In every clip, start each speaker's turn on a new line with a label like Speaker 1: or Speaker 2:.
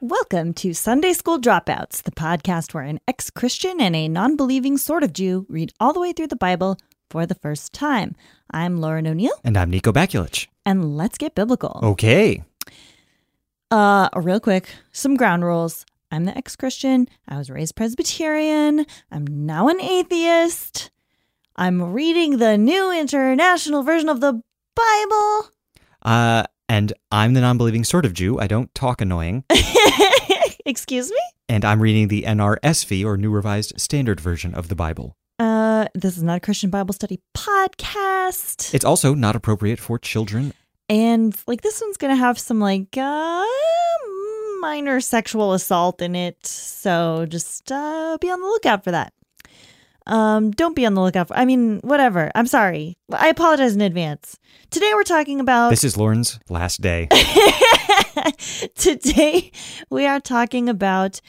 Speaker 1: Welcome to Sunday School Dropouts, the podcast where an ex Christian and a non believing sort of Jew read all the way through the Bible for the first time. I'm Lauren O'Neill,
Speaker 2: And I'm Nico Bakulich.
Speaker 1: and let's get biblical.
Speaker 2: Okay.
Speaker 1: Uh, real quick, some ground rules. I'm the ex Christian. I was raised Presbyterian. I'm now an atheist. I'm reading the new international version of the Bible.
Speaker 2: Uh, and I'm the non believing sort of Jew. I don't talk annoying.
Speaker 1: Excuse me?
Speaker 2: and I'm reading the NRSV or New Revised Standard Version of the Bible.
Speaker 1: Uh, this is not a Christian Bible study podcast.
Speaker 2: It's also not appropriate for children.
Speaker 1: and like this one's gonna have some like uh minor sexual assault in it so just uh be on the lookout for that um don't be on the lookout for i mean whatever i'm sorry i apologize in advance today we're talking about
Speaker 2: This is Lauren's last day.
Speaker 1: Today, we are talking about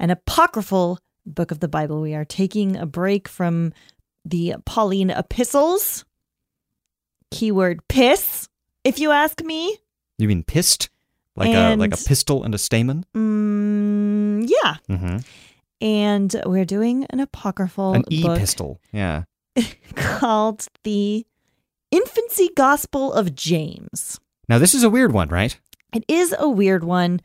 Speaker 1: an apocryphal book of the Bible. We are taking a break from the Pauline epistles. Keyword piss, if you ask me.
Speaker 2: You mean pissed? Like a like a
Speaker 1: And-
Speaker 2: pistol and a stamen?
Speaker 1: Mm, yeah.
Speaker 2: Mm-hmm.
Speaker 1: And we're doing an apocryphal
Speaker 2: An e
Speaker 1: Oh, book
Speaker 2: pistol. Yeah.
Speaker 1: called the Infancy Gospel of James.
Speaker 2: Now this is a weird one, right?
Speaker 1: It is a weird one.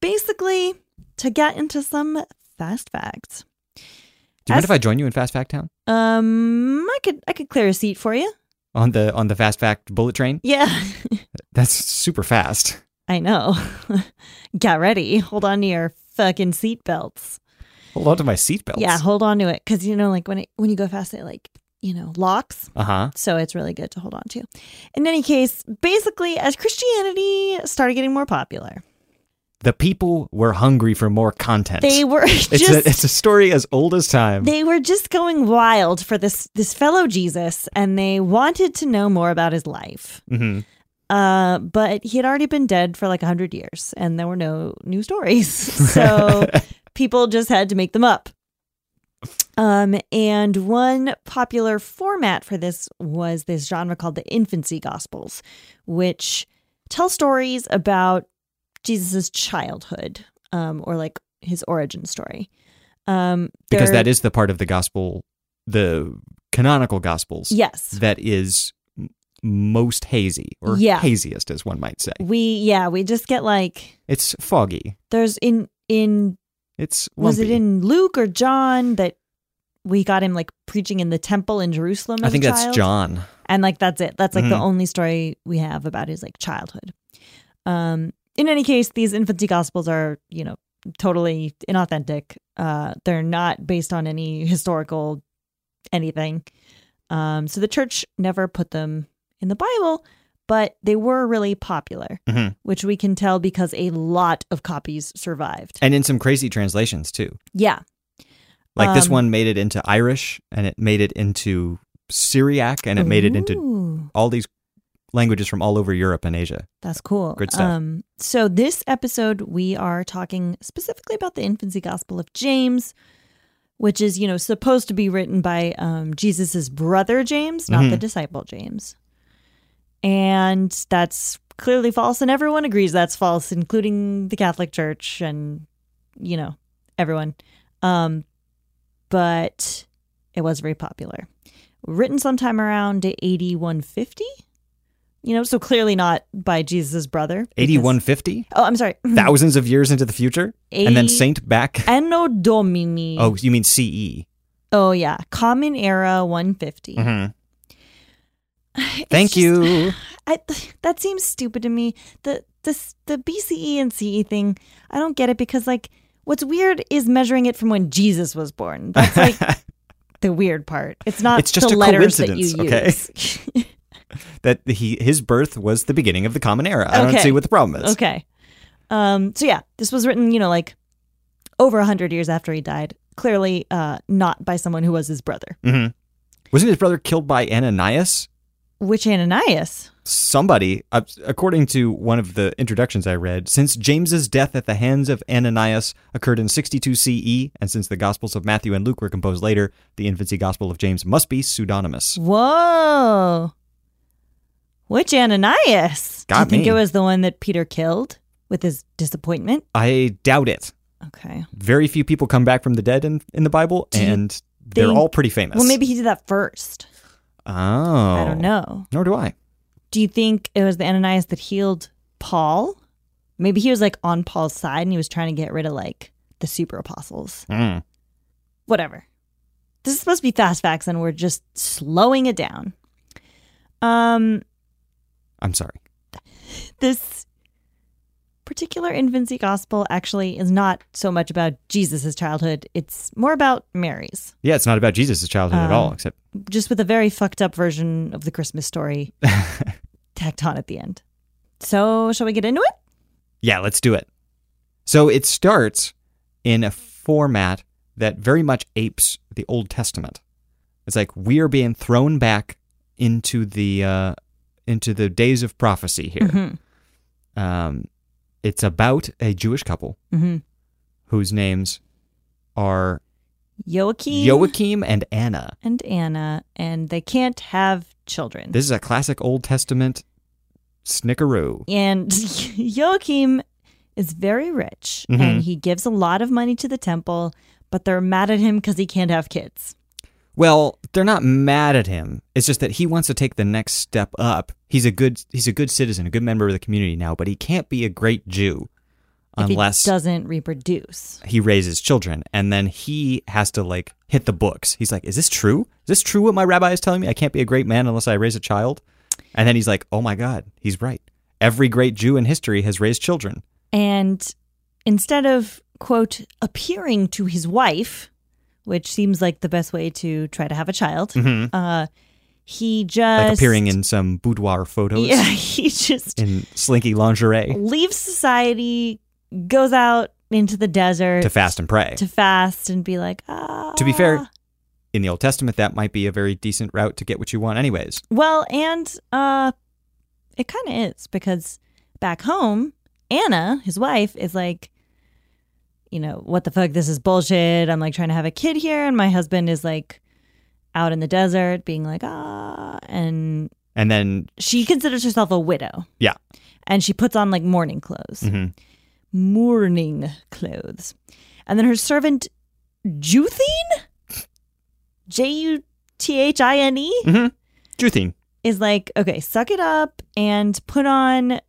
Speaker 1: Basically, to get into some fast facts.
Speaker 2: Do you mind
Speaker 1: As-
Speaker 2: if I join you in Fast Fact Town?
Speaker 1: Um, I could I could clear a seat for you.
Speaker 2: On the on the fast fact bullet train?
Speaker 1: Yeah,
Speaker 2: That's super fast.
Speaker 1: I know. Get ready. Hold on to your fucking seat belts.
Speaker 2: Hold on to my seatbelts.
Speaker 1: Yeah, hold on to it because you know, like when it when you go fast, it like you know locks.
Speaker 2: Uh-huh.
Speaker 1: So it's really good to hold on to. In any case, basically, as Christianity started getting more popular,
Speaker 2: The people were hungry for more content.
Speaker 1: they were just
Speaker 2: It's, a, it's a story as old as time.
Speaker 1: they were just going wild for this this fellow Jesus, and they wanted to know more about his life.
Speaker 2: hmm
Speaker 1: Uh, but he had already been dead for like 100 years and there were no new stories. So people just had to make them up. Um, and one popular format for this was this genre called the infancy gospels, which tell stories about Jesus's childhood, um, or like his origin story. Um,
Speaker 2: Because
Speaker 1: they're-
Speaker 2: that is the part of the gospel, the canonical gospels,
Speaker 1: yes,
Speaker 2: that is m- most hazy or
Speaker 1: Yeah.
Speaker 2: haziest, as one might say.
Speaker 1: we, yeah, we just get like,
Speaker 2: It's foggy.
Speaker 1: there's in, in
Speaker 2: It's lumpy.
Speaker 1: was it in Luke or John that we got him like preaching in the temple in Jerusalem?
Speaker 2: I
Speaker 1: as a
Speaker 2: think that's
Speaker 1: child?
Speaker 2: John.
Speaker 1: And like that's it. That's like the
Speaker 2: Mhm.
Speaker 1: only story we have about his like childhood. Um in any case, these infancy gospels are, you know, totally inauthentic. Uh they're not based on any historical anything. Um so the church never put them in the Bible, but they were really popular,
Speaker 2: Mhm.
Speaker 1: which we can tell because a lot of copies survived.
Speaker 2: And in some crazy translations too.
Speaker 1: Yeah.
Speaker 2: Like this
Speaker 1: Um,
Speaker 2: one made it into Irish and it made it into Syriac and it made it into
Speaker 1: Ooh.
Speaker 2: all these languages from all over Europe and Asia.
Speaker 1: That's cool.
Speaker 2: Good stuff.
Speaker 1: Um, so this episode, we are talking specifically about the infancy gospel of James, which is, you know, supposed to be written by um, Jesus's brother James, not the
Speaker 2: Mhm.
Speaker 1: disciple James. And that's clearly false, and everyone agrees that's false, including the Catholic Church and, you know, everyone. Um, but it was very popular. Written sometime around 8150 You know, so clearly not by Jesus' brother. because-
Speaker 2: 8150?
Speaker 1: Oh, I'm sorry.
Speaker 2: Thousands of years into the future? And then
Speaker 1: Eighty-
Speaker 2: Saint back.
Speaker 1: Anno Domini.
Speaker 2: Oh, you mean CE.
Speaker 1: Oh, yeah. Common Era 150.
Speaker 2: Mhm.
Speaker 1: It's
Speaker 2: Thank
Speaker 1: just-
Speaker 2: you.
Speaker 1: I, that seems stupid to me. The this the BCE and CE thing, I don't get it because like what's weird is measuring it from when Jesus was born. That's like the weird part. It's not
Speaker 2: It's just
Speaker 1: the
Speaker 2: a
Speaker 1: letters that you
Speaker 2: coincidence,
Speaker 1: use.
Speaker 2: That he his birth was the beginning of the common era. I
Speaker 1: Okay.
Speaker 2: don't see what the problem is.
Speaker 1: okay. Um so yeah, this was written, you know, like over 100 years after he died. Clearly uh not by someone who was his brother.
Speaker 2: hmm Wasn't his brother killed by Ananias?
Speaker 1: Which Ananias?
Speaker 2: Somebody, uh, according to one of the introductions I read, since James's death at the hands of Ananias occurred in 62 CE, and since the Gospels of Matthew and Luke were composed later, the infancy Gospel of James must be pseudonymous.
Speaker 1: Whoa. Which Ananias? Do you
Speaker 2: Got
Speaker 1: think
Speaker 2: me.
Speaker 1: it was the one that Peter killed with his disappointment?
Speaker 2: I doubt it.
Speaker 1: Okay.
Speaker 2: Very few people come back from the dead in, in the Bible,
Speaker 1: Do you
Speaker 2: and they're
Speaker 1: think-
Speaker 2: all pretty famous.
Speaker 1: Well, maybe he did that first.
Speaker 2: Oh,
Speaker 1: I don't know.
Speaker 2: Nor do I.
Speaker 1: Do you think it was the Ananias that healed Paul? Maybe he was like on Paul's side and he was trying to get rid of like the super apostles.
Speaker 2: Mm.
Speaker 1: Whatever. This is supposed to be fast facts and we're just slowing it down. Um,
Speaker 2: I'm sorry.
Speaker 1: this particular infancy gospel actually is not so much about Jesus' childhood, it's more about Mary's,
Speaker 2: Yeah, it's not about Jesus' childhood at
Speaker 1: Um,
Speaker 2: all, except
Speaker 1: just with a very fucked up version of the Christmas story tacked on at the end. So, shall we get into it?
Speaker 2: Yeah, let's do it. So it starts in a format that very much apes the Old Testament. It's like we are being thrown back into the uh, into the days of prophecy here.
Speaker 1: Mhm.
Speaker 2: Um, it's about a Jewish couple
Speaker 1: Mm-hmm.
Speaker 2: whose names are
Speaker 1: Joachim,
Speaker 2: Joachim and Anna.
Speaker 1: and Anna, and they can't have children.
Speaker 2: This is a classic Old Testament snickeroo.
Speaker 1: and Joachim is very rich, and
Speaker 2: Mhm.
Speaker 1: he gives a lot of money to the temple, but they're mad at him because he can't have kids.
Speaker 2: Well, they're not mad at him. It's just that he wants to take the next step up. He's a good he's a good citizen, a good member of the community now, but he can't be a great Jew
Speaker 1: if
Speaker 2: unless
Speaker 1: he doesn't reproduce.
Speaker 2: he raises children and then he has to like hit the books. He's like, "Is this true? Is this true what my rabbi is telling me? I can't be a great man unless I raise a child?" And then he's like, "Oh my god, he's right. Every great Jew in history has raised children."
Speaker 1: And instead of, quote, appearing to his wife, which seems like the best way to try to have a child,
Speaker 2: Mhm.
Speaker 1: uh, he just.
Speaker 2: Like appearing in some boudoir photos
Speaker 1: Yeah, he just
Speaker 2: in slinky lingerie
Speaker 1: leaves society, goes out into the desert
Speaker 2: to fast and pray.
Speaker 1: to fast and be like, ah.
Speaker 2: To be fair, in the Old Testament, that might be a very decent route to get what you want, anyways.
Speaker 1: Well, and uh, it kind of is because back home, Anna, his wife, is like, you know, what the fuck? This is bullshit. I'm like trying to have a kid here, and my husband is like out in the desert being like, ah. And
Speaker 2: And then,
Speaker 1: she considers herself a widow.
Speaker 2: Yeah.
Speaker 1: And she puts on like mourning clothes,
Speaker 2: mhm.
Speaker 1: mourning clothes. And then her servant, Juthine? J U T H I N E?
Speaker 2: mm-hmm, Juthine.
Speaker 1: is like, okay, suck it up and put on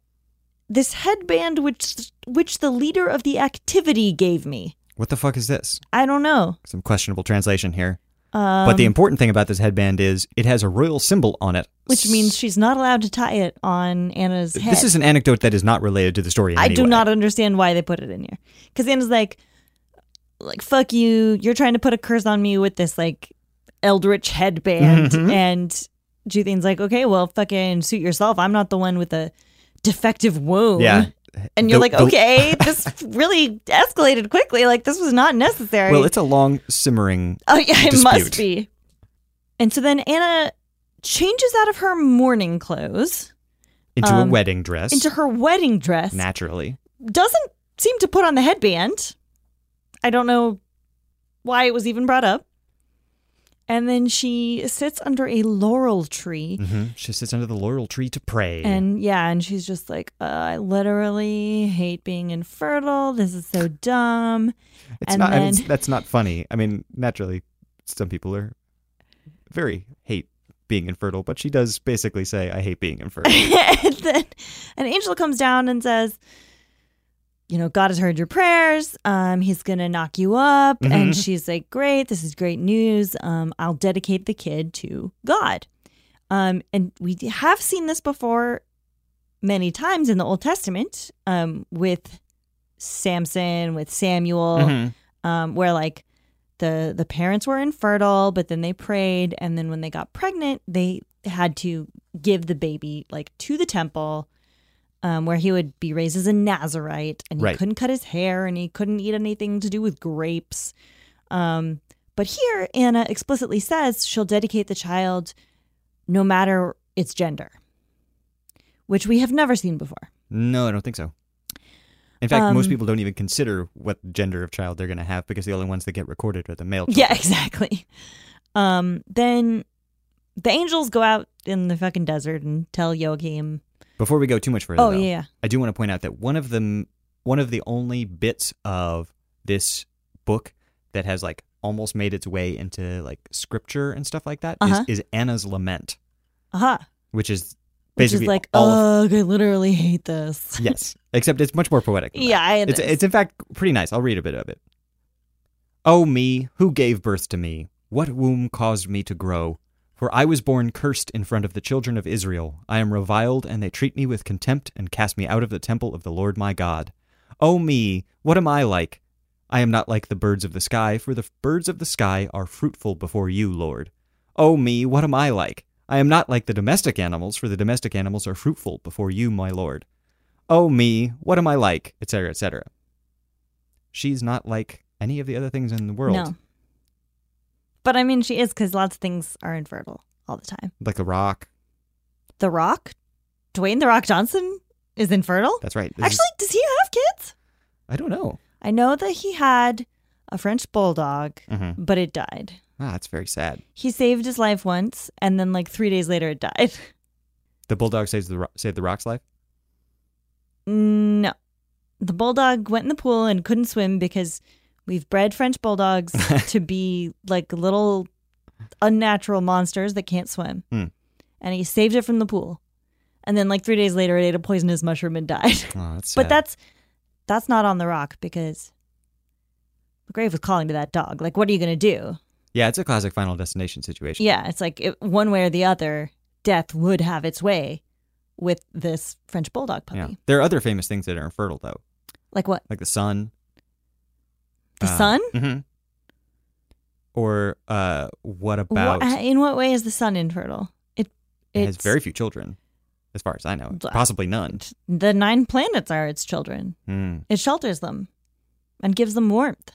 Speaker 1: this headband which which the leader of the activity gave me.
Speaker 2: What the fuck is this?
Speaker 1: I don't know.
Speaker 2: Some questionable translation here.
Speaker 1: Um,
Speaker 2: but the important thing about this headband is it has a royal symbol on it.
Speaker 1: which means she's not allowed to tie it on Anna's head.
Speaker 2: This is an anecdote that is not related to the story. In
Speaker 1: I
Speaker 2: any
Speaker 1: do
Speaker 2: way.
Speaker 1: not understand why they put it in here. Because Anna's like, like fuck you. You're trying to put a curse on me with this like eldritch headband,
Speaker 2: Mhm.
Speaker 1: and Juthine's like, okay, well, fucking suit yourself. I'm not the one with a defective womb.
Speaker 2: Yeah.
Speaker 1: And you're
Speaker 2: The-
Speaker 1: like,
Speaker 2: the-
Speaker 1: okay, this really escalated quickly. Like this was not necessary.
Speaker 2: Well, it's a long simmering.
Speaker 1: oh yeah, it
Speaker 2: dispute.
Speaker 1: must be. And so then Anna changes out of her mourning clothes
Speaker 2: Into
Speaker 1: Um,
Speaker 2: a wedding dress.
Speaker 1: into her wedding dress.
Speaker 2: naturally.
Speaker 1: Doesn't seem to put on the headband. I don't know why it was even brought up. And then she sits under a laurel tree.
Speaker 2: hmm She sits under the laurel tree to pray.
Speaker 1: And yeah, and she's just like, uh, I literally hate being infertile. This is so dumb.
Speaker 2: it's
Speaker 1: and
Speaker 2: not, I mean,
Speaker 1: then-
Speaker 2: that's not funny. I mean, naturally, some people are very hate being infertile, but she does basically say, I hate being infertile.
Speaker 1: and then an angel comes down and says, you know, God has heard your prayers. Um, he's gonna knock you up. And she's like, Great, this is great news. Um, I'll dedicate the kid to God. Um, and we have seen this before many times in the Old Testament, um, with Samson, with Samuel,
Speaker 2: Mhm.
Speaker 1: um, where like the the parents were infertile, but then they prayed, and then when they got pregnant, they had to give the baby like to the temple, um, where he would be raised as a Nazarite, and he
Speaker 2: Right.
Speaker 1: couldn't cut his hair, and he couldn't eat anything to do with grapes. Um, but here, Anna explicitly says she'll dedicate the child, no matter its gender, which we have never seen before.
Speaker 2: No, I don't think so. In fact, most
Speaker 1: Um,
Speaker 2: people don't even consider what gender of child they're going to have because the only ones that get recorded are the male children.
Speaker 1: Yeah, exactly. Um, then the angels go out in the fucking desert and tell Joachim.
Speaker 2: Before we go too much further,
Speaker 1: Oh
Speaker 2: though,
Speaker 1: yeah, yeah.
Speaker 2: I do want to point out that one of the one of the only bits of this book that has like almost made its way into like scripture and stuff like that is
Speaker 1: Uh-huh.
Speaker 2: is Anna's lament,
Speaker 1: aha,
Speaker 2: which is
Speaker 1: uh-huh, which
Speaker 2: basically
Speaker 1: is like, uh,
Speaker 2: all of-
Speaker 1: ugh, I literally hate this.
Speaker 2: yes, except it's much more poetic. than that.
Speaker 1: Yeah, it
Speaker 2: it's
Speaker 1: is.
Speaker 2: it's in fact pretty nice. I'll read a bit of it. Oh me, who gave birth to me? What womb caused me to grow? For I was born cursed in front of the children of Israel. I am reviled, and they treat me with contempt and cast me out of the temple of the Lord my God. Oh me, what am I like? I am not like the birds of the sky, for the birds of the sky are fruitful before you, Lord. Oh me, what am I like? I am not like the domestic animals, for the domestic animals are fruitful before you, my Lord. Oh me, what am I like? Etc. Etc. She's not like any of the other things in the world,
Speaker 1: No, but I mean, she is because lots of things are infertile all the time.
Speaker 2: like the rock.
Speaker 1: The Rock, Dwayne the Rock Johnson is infertile.
Speaker 2: That's right. This is-
Speaker 1: Actually, does he have kids?
Speaker 2: I don't know.
Speaker 1: I know that he had a French bulldog,
Speaker 2: Mhm.
Speaker 1: but it died.
Speaker 2: Ah, that's very sad.
Speaker 1: He saved his life once, and then like three days later, it died.
Speaker 2: The bulldog saves the ro- saved the rock's life.
Speaker 1: No. The bulldog went in the pool and couldn't swim because we've bred French bulldogs to be like little unnatural monsters that can't swim.
Speaker 2: Hmm.
Speaker 1: And he saved it from the pool. And then like 3 days later it ate a poisonous mushroom and died.
Speaker 2: Oh, that's sad.
Speaker 1: but that's that's not on the rock because McGrave was calling to that dog. Like what are you going to do?
Speaker 2: yeah, it's a classic Final Destination situation.
Speaker 1: Yeah, it's like it, one way or the other death would have its way with this French bulldog puppy.
Speaker 2: There are other famous things that are infertile though,
Speaker 1: Like what?
Speaker 2: like the sun.
Speaker 1: The sun?
Speaker 2: hmm Or uh, what
Speaker 1: Wha-
Speaker 2: about?
Speaker 1: in what way is the sun infertile? It,
Speaker 2: it
Speaker 1: it's
Speaker 2: has very few children, as far as I know.
Speaker 1: Blah.
Speaker 2: Possibly none.
Speaker 1: the nine planets are its children.
Speaker 2: Hmm.
Speaker 1: It shelters them and gives them warmth,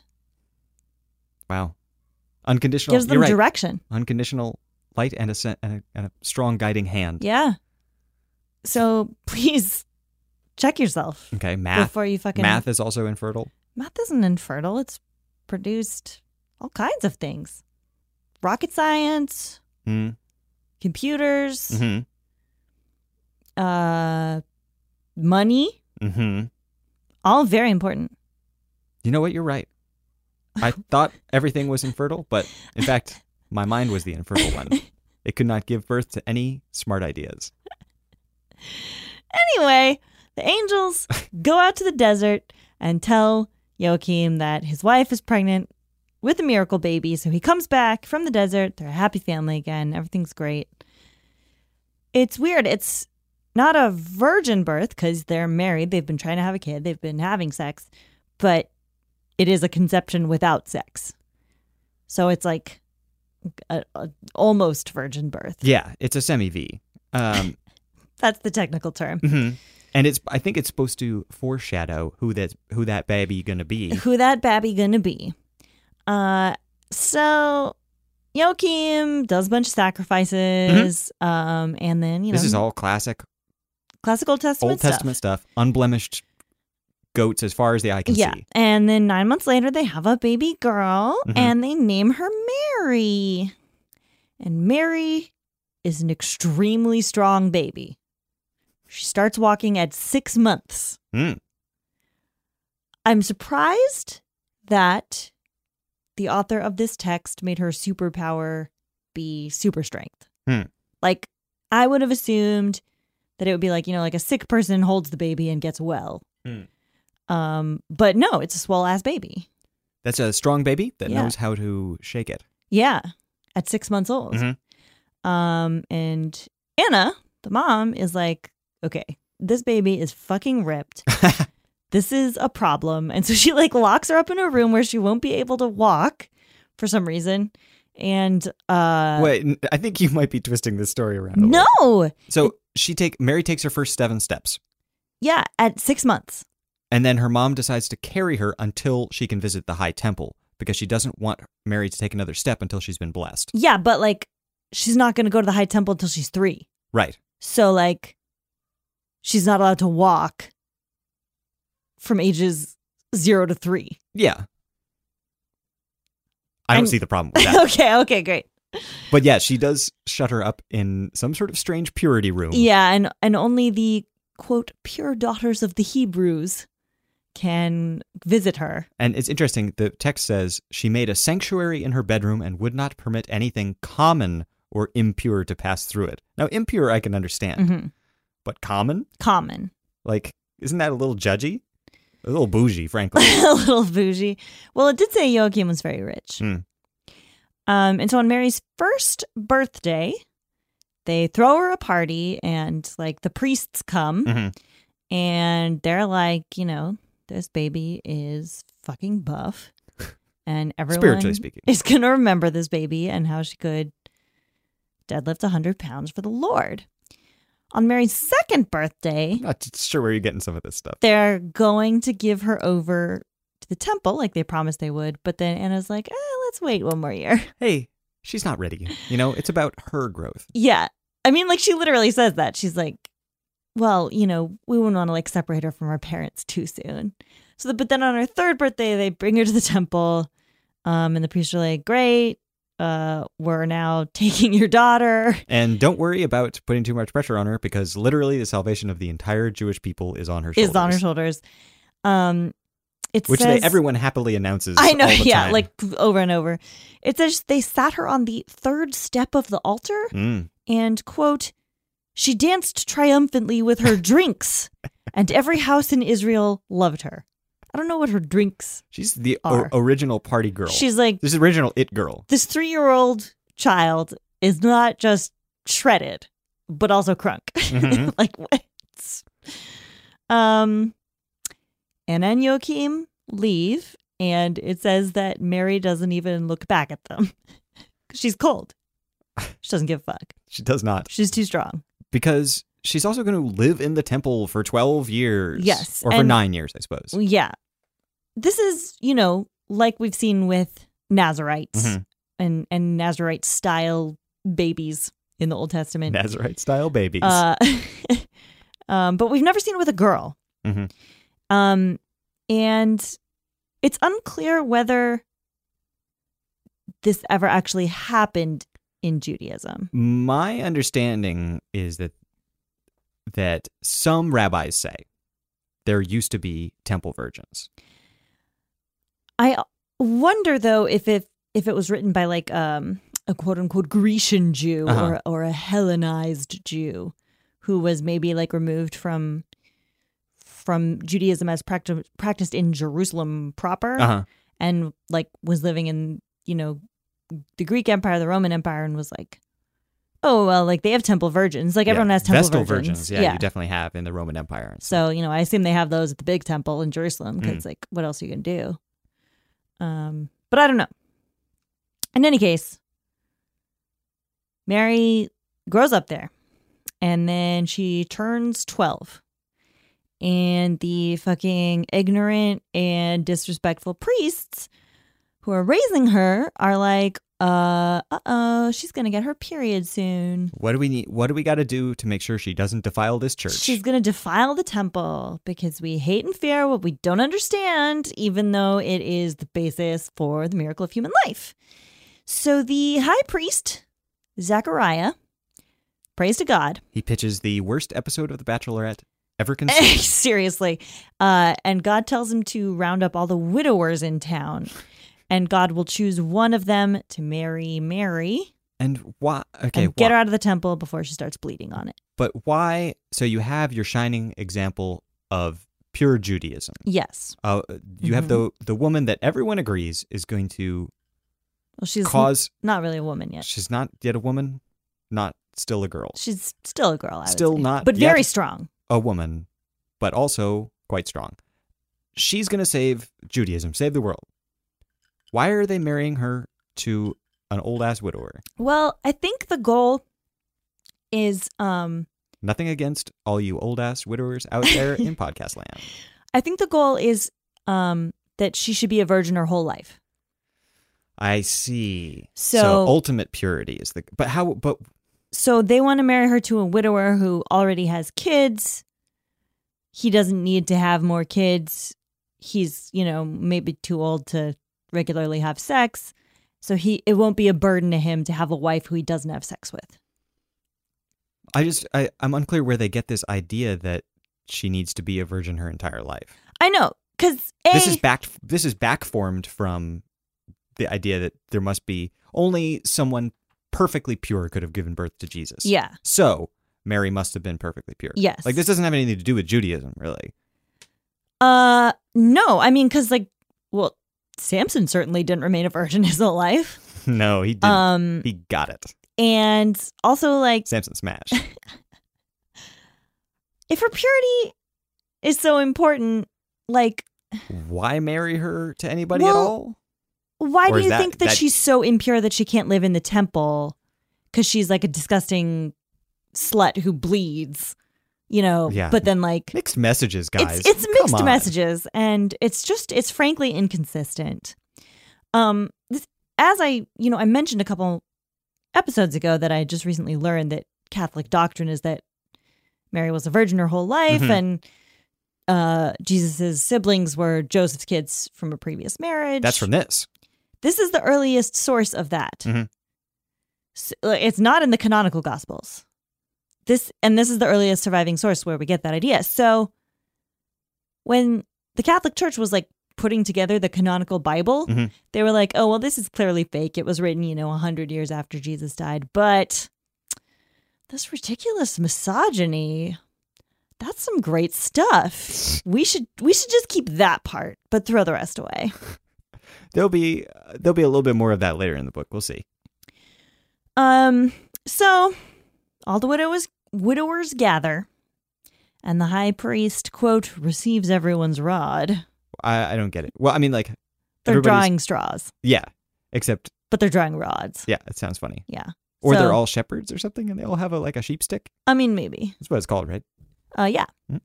Speaker 2: Wow. Unconditional.
Speaker 1: gives them
Speaker 2: Oh, you're right.
Speaker 1: direction.
Speaker 2: Unconditional light and a, sen- and a, and a strong guiding hand.
Speaker 1: Yeah. So please check yourself
Speaker 2: Okay. Math.
Speaker 1: before you fucking
Speaker 2: Math is also infertile.
Speaker 1: Math isn't infertile. It's produced all kinds of things: rocket science,
Speaker 2: Mm.
Speaker 1: computers,
Speaker 2: Mm-hmm.
Speaker 1: uh, money.
Speaker 2: Mm-hmm.
Speaker 1: All very important.
Speaker 2: You know what? You're right. I thought everything was infertile, but in fact, my mind was the infertile one. It could not give birth to any smart ideas.
Speaker 1: Anyway, the angels go out to the desert and tell Joachim that his wife is pregnant with a miracle baby. So he comes back from the desert. They're a happy family again. Everything's great. It's weird. It's not a virgin birth because they're married. They've been trying to have a kid, they've been having sex, but it is a conception without sex. So it's like a, a almost virgin birth.
Speaker 2: Yeah, it's a semi V. Um,
Speaker 1: That's the technical term.
Speaker 2: mhm. And it's I think it's supposed to foreshadow who that who that baby gonna be.
Speaker 1: who that babby gonna be. Uh, so Joachim does a bunch of sacrifices, um, and then you know
Speaker 2: Mm-hmm. This is all classic
Speaker 1: classical Testament
Speaker 2: Old
Speaker 1: stuff.
Speaker 2: Testament stuff, unblemished goats as far as the eye can
Speaker 1: Yeah,
Speaker 2: see.
Speaker 1: and then nine months later they have a baby girl,
Speaker 2: Mhm.
Speaker 1: and they name her Mary, and Mary is an extremely strong baby. She starts walking at six months.
Speaker 2: Mm.
Speaker 1: I'm surprised that the author of this text made her superpower be super strength.
Speaker 2: Hmm.
Speaker 1: Like I would have assumed that it would be like, you know, like a sick person holds the baby and gets well.
Speaker 2: Hmm.
Speaker 1: Um, but no, it's a swell ass baby.
Speaker 2: That's a strong baby that
Speaker 1: Yeah.
Speaker 2: knows how to shake it.
Speaker 1: Yeah. At six months old.
Speaker 2: Mhm.
Speaker 1: Um, and Anna, the mom, is like, okay, this baby is fucking ripped. this is a problem. And so she like locks her up in a room where she won't be able to walk for some reason. And uh
Speaker 2: Wait, n- I think you might be twisting this story around. a little.
Speaker 1: no.
Speaker 2: So she take Mary takes her first seven steps,
Speaker 1: Yeah, at six months.
Speaker 2: and then her mom decides to carry her until she can visit the High Temple because she doesn't want Mary to take another step until she's been blessed.
Speaker 1: Yeah, but like she's not gonna go to the high temple until she's three.
Speaker 2: Right.
Speaker 1: So like she's not allowed to walk from ages zero to three.
Speaker 2: Yeah. I don't
Speaker 1: And-
Speaker 2: see the problem with that.
Speaker 1: okay, okay, great.
Speaker 2: But yeah, she does shut her up in some sort of strange purity room.
Speaker 1: Yeah, and and only the quote pure daughters of the Hebrews can visit her.
Speaker 2: And it's interesting, the text says she made a sanctuary in her bedroom and would not permit anything common or impure to pass through it. Now, impure I can understand,
Speaker 1: hmm
Speaker 2: but common?
Speaker 1: Common.
Speaker 2: Like, isn't that a little judgy? A little bougie, frankly.
Speaker 1: a little bougie. Well, it did say Joachim was very rich.
Speaker 2: Hmm.
Speaker 1: Um, and so on Mary's first birthday, they throw her a party, and like the priests come,
Speaker 2: Mhm.
Speaker 1: and they're like, you know, this baby is fucking buff, and everyone
Speaker 2: Spiritually speaking.
Speaker 1: is gonna remember this baby and how she could deadlift hundred pounds for the Lord. On Mary's second birthday,
Speaker 2: Not t- sure where you're getting some of this stuff.
Speaker 1: they're going to give her over to the temple like they promised they would. But then Anna's like, eh, let's wait one more year.
Speaker 2: Hey, she's not ready. You know, it's about her growth.
Speaker 1: yeah. I mean, like she literally says that. She's like, well, you know, we wouldn't want to like separate her from her parents too soon. So, the, but then on her third birthday, they bring her to the temple. Um, and the priests are like, great. Uh, we're now taking your daughter.
Speaker 2: And don't worry about putting too much pressure on her because literally the salvation of the entire Jewish people is on her shoulders.
Speaker 1: Is on her shoulders. Um, it
Speaker 2: Which
Speaker 1: says,
Speaker 2: they, everyone happily announces.
Speaker 1: I know,
Speaker 2: all the
Speaker 1: yeah,
Speaker 2: time.
Speaker 1: like over and over. It says they sat her on the third step of the altar
Speaker 2: Mm.
Speaker 1: and, quote, she danced triumphantly with her drinks, and every house in Israel loved her. I don't know what her drinks.
Speaker 2: she's the o-
Speaker 1: Are.
Speaker 2: original party girl.
Speaker 1: She's like,
Speaker 2: This is original it girl.
Speaker 1: this three year old child is not just shredded, but also crunk.
Speaker 2: Mhm.
Speaker 1: like, what? Um, Anna and Joachim leave, and it says that Mary doesn't even look back at them. 'Cause She's cold. She doesn't give a fuck.
Speaker 2: She does not
Speaker 1: She's too strong.
Speaker 2: because she's also going to live in the temple for 12 years.
Speaker 1: Yes,
Speaker 2: Or for
Speaker 1: and-
Speaker 2: 9 years, I suppose.
Speaker 1: Yeah. This is, you know, like we've seen with Nazarites
Speaker 2: Mhm.
Speaker 1: and, and Nazarite style babies in the Old Testament.
Speaker 2: Nazarite style babies.
Speaker 1: Uh, um, but we've never seen it with a girl.
Speaker 2: Mhm.
Speaker 1: Um, and it's unclear whether this ever actually happened in Judaism.
Speaker 2: My understanding is that that some rabbis say there used to be temple virgins.
Speaker 1: I wonder though if if if it was written by like um a quote unquote Grecian Jew
Speaker 2: Uh-huh.
Speaker 1: or or a Hellenized Jew who was maybe like removed from from Judaism as practi- practiced in Jerusalem proper.
Speaker 2: Uh-huh.
Speaker 1: and like was living in you know the Greek Empire, the Roman Empire, and was like, oh well, like they have temple virgins, like everyone
Speaker 2: Yeah.
Speaker 1: has temple
Speaker 2: Vestal
Speaker 1: virgins,
Speaker 2: virgins. Yeah, you definitely have in the Roman Empire. and stuff.
Speaker 1: so you know, I assume they have those at the big temple in Jerusalem because like, what else are you gonna do? Um, but I don't know. In any case, Mary grows up there, and then she turns twelve, and the fucking ignorant and disrespectful priests who are raising her are like, uh, uh oh, she's gonna get her period soon.
Speaker 2: what do we need what do we got to do to make sure she doesn't defile this church?
Speaker 1: She's going to defile the temple because we hate and fear what we don't understand, even though it is the basis for the miracle of human life. So the high priest, Zechariah, prays to God,
Speaker 2: he pitches the worst episode of The Bachelorette ever conceived.
Speaker 1: seriously, uh, and God tells him to round up all the widowers in town, and God will choose one of them to marry Mary,
Speaker 2: And why? Okay,
Speaker 1: and get
Speaker 2: why-
Speaker 1: her out of the temple before she starts bleeding on it.
Speaker 2: but why? So you have your shining example of pure Judaism.
Speaker 1: Yes.
Speaker 2: Uh, you have
Speaker 1: Mhm.
Speaker 2: the the woman that everyone agrees is going to
Speaker 1: Well, she's
Speaker 2: cause.
Speaker 1: not really a woman yet.
Speaker 2: She's not yet a woman, not still a girl,
Speaker 1: She's still a girl. I would
Speaker 2: Still
Speaker 1: say.
Speaker 2: not
Speaker 1: but
Speaker 2: yet.
Speaker 1: very strong.
Speaker 2: a woman, but also quite strong. She's going to save Judaism, save the world. Why are they marrying her to an old ass widower?
Speaker 1: Well, I think the goal is um
Speaker 2: Nothing against all you old ass widowers out there in podcast land.
Speaker 1: I think the goal is um that she should be a virgin her whole life.
Speaker 2: I see.
Speaker 1: So-
Speaker 2: ultimate purity is the but how but
Speaker 1: So they want to marry her to a widower who already has kids. He doesn't need to have more kids. He's, you know, maybe too old to regularly have sex. So he it won't be a burden to him to have a wife who he doesn't have sex with.
Speaker 2: I just I, I'm unclear where they get this idea that she needs to be a virgin her entire life.
Speaker 1: I know, cuz A
Speaker 2: This is back this is back formed from the idea that there must be only someone perfectly pure could have given birth to Jesus.
Speaker 1: Yeah.
Speaker 2: So Mary must have been perfectly pure.
Speaker 1: Yes.
Speaker 2: Like this doesn't have anything to do with Judaism, really.
Speaker 1: Uh, no. I mean, because like, well, Samson certainly didn't remain a virgin his whole life.
Speaker 2: no, he didn't.
Speaker 1: Um,
Speaker 2: he got it.
Speaker 1: and also like,
Speaker 2: Samson smashed.
Speaker 1: if her purity is so important, like,
Speaker 2: Why marry her to anybody at
Speaker 1: Well,
Speaker 2: all?
Speaker 1: why do
Speaker 2: Or is
Speaker 1: you
Speaker 2: that-
Speaker 1: think that,
Speaker 2: that-
Speaker 1: she's so impure that she can't live in the temple? Because she's like a disgusting slut who bleeds, you know.
Speaker 2: Yeah.
Speaker 1: But then like,
Speaker 2: Mixed messages, guys.
Speaker 1: It's, it's
Speaker 2: Come
Speaker 1: mixed
Speaker 2: on.
Speaker 1: messages, and it's just it's frankly inconsistent. Um, this, as I you know I mentioned a couple episodes ago that I just recently learned that Catholic doctrine is that Mary was a virgin her whole life,
Speaker 2: Mhm.
Speaker 1: and uh, Jesus's siblings were Joseph's kids from a previous marriage.
Speaker 2: That's from this.
Speaker 1: this is the earliest source of that.
Speaker 2: Mhm.
Speaker 1: S- uh, it's not in the canonical gospels. This and this is the earliest surviving source where we get that idea. So when the Catholic Church was like putting together the canonical Bible,
Speaker 2: Mhm.
Speaker 1: they were like, "Oh, well this is clearly fake. It was written, you know, 100 years after Jesus died, but this ridiculous misogyny that's some great stuff. We should we should just keep that part, but throw the rest away.
Speaker 2: There'll be uh, there'll be a little bit more of that later in the book. We'll see.
Speaker 1: Um, so all the widowers widowers gather, and the high priest quote receives everyone's rod.
Speaker 2: I, I don't get it. Well, I mean, like
Speaker 1: They're
Speaker 2: everybody's-
Speaker 1: drawing straws,
Speaker 2: Yeah, except
Speaker 1: but they're drawing rods.
Speaker 2: yeah, it sounds funny.
Speaker 1: Yeah.
Speaker 2: Or they're
Speaker 1: So-
Speaker 2: all shepherds or something, and they all have a like a sheep stick.
Speaker 1: I mean, maybe.
Speaker 2: That's what it's called, right?
Speaker 1: Uh, yeah.
Speaker 2: Mhm.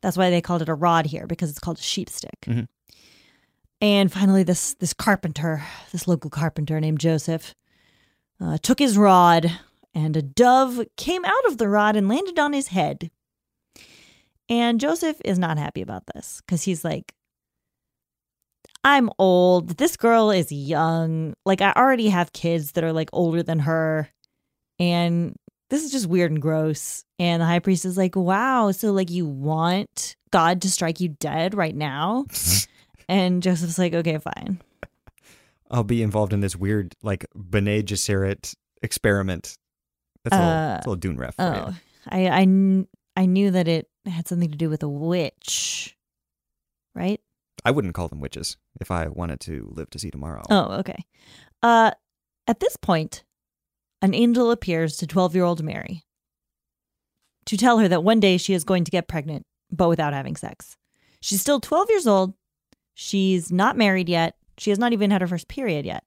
Speaker 1: That's why they called it a rod here because it's called a sheep stick.
Speaker 2: Mhm.
Speaker 1: And finally, this this carpenter, this local carpenter named Joseph, uh, took his rod, and a dove came out of the rod and landed on his head. And Joseph is not happy about this because he's like, "I'm old. This girl is young. Like I already have kids that are like older than her, and this is just weird and gross. And the high priest is like, wow, so like you want God to strike you dead right now? and Joseph's like, okay, fine.
Speaker 2: I'll be involved in this weird like Bene Gesserit experiment. That's a little,
Speaker 1: Uh,
Speaker 2: that's a little Dune ref. for you.
Speaker 1: Oh, I, I, kn- I knew that it had something to do with a witch, right?
Speaker 2: I wouldn't call them witches if I wanted to live to see tomorrow.
Speaker 1: Oh, okay. Uh, at this point, an angel appears to 12 year old Mary to tell her that one day she is going to get pregnant, but without having sex. She's still 12 years old. She's not married yet. She has not even had her first period yet.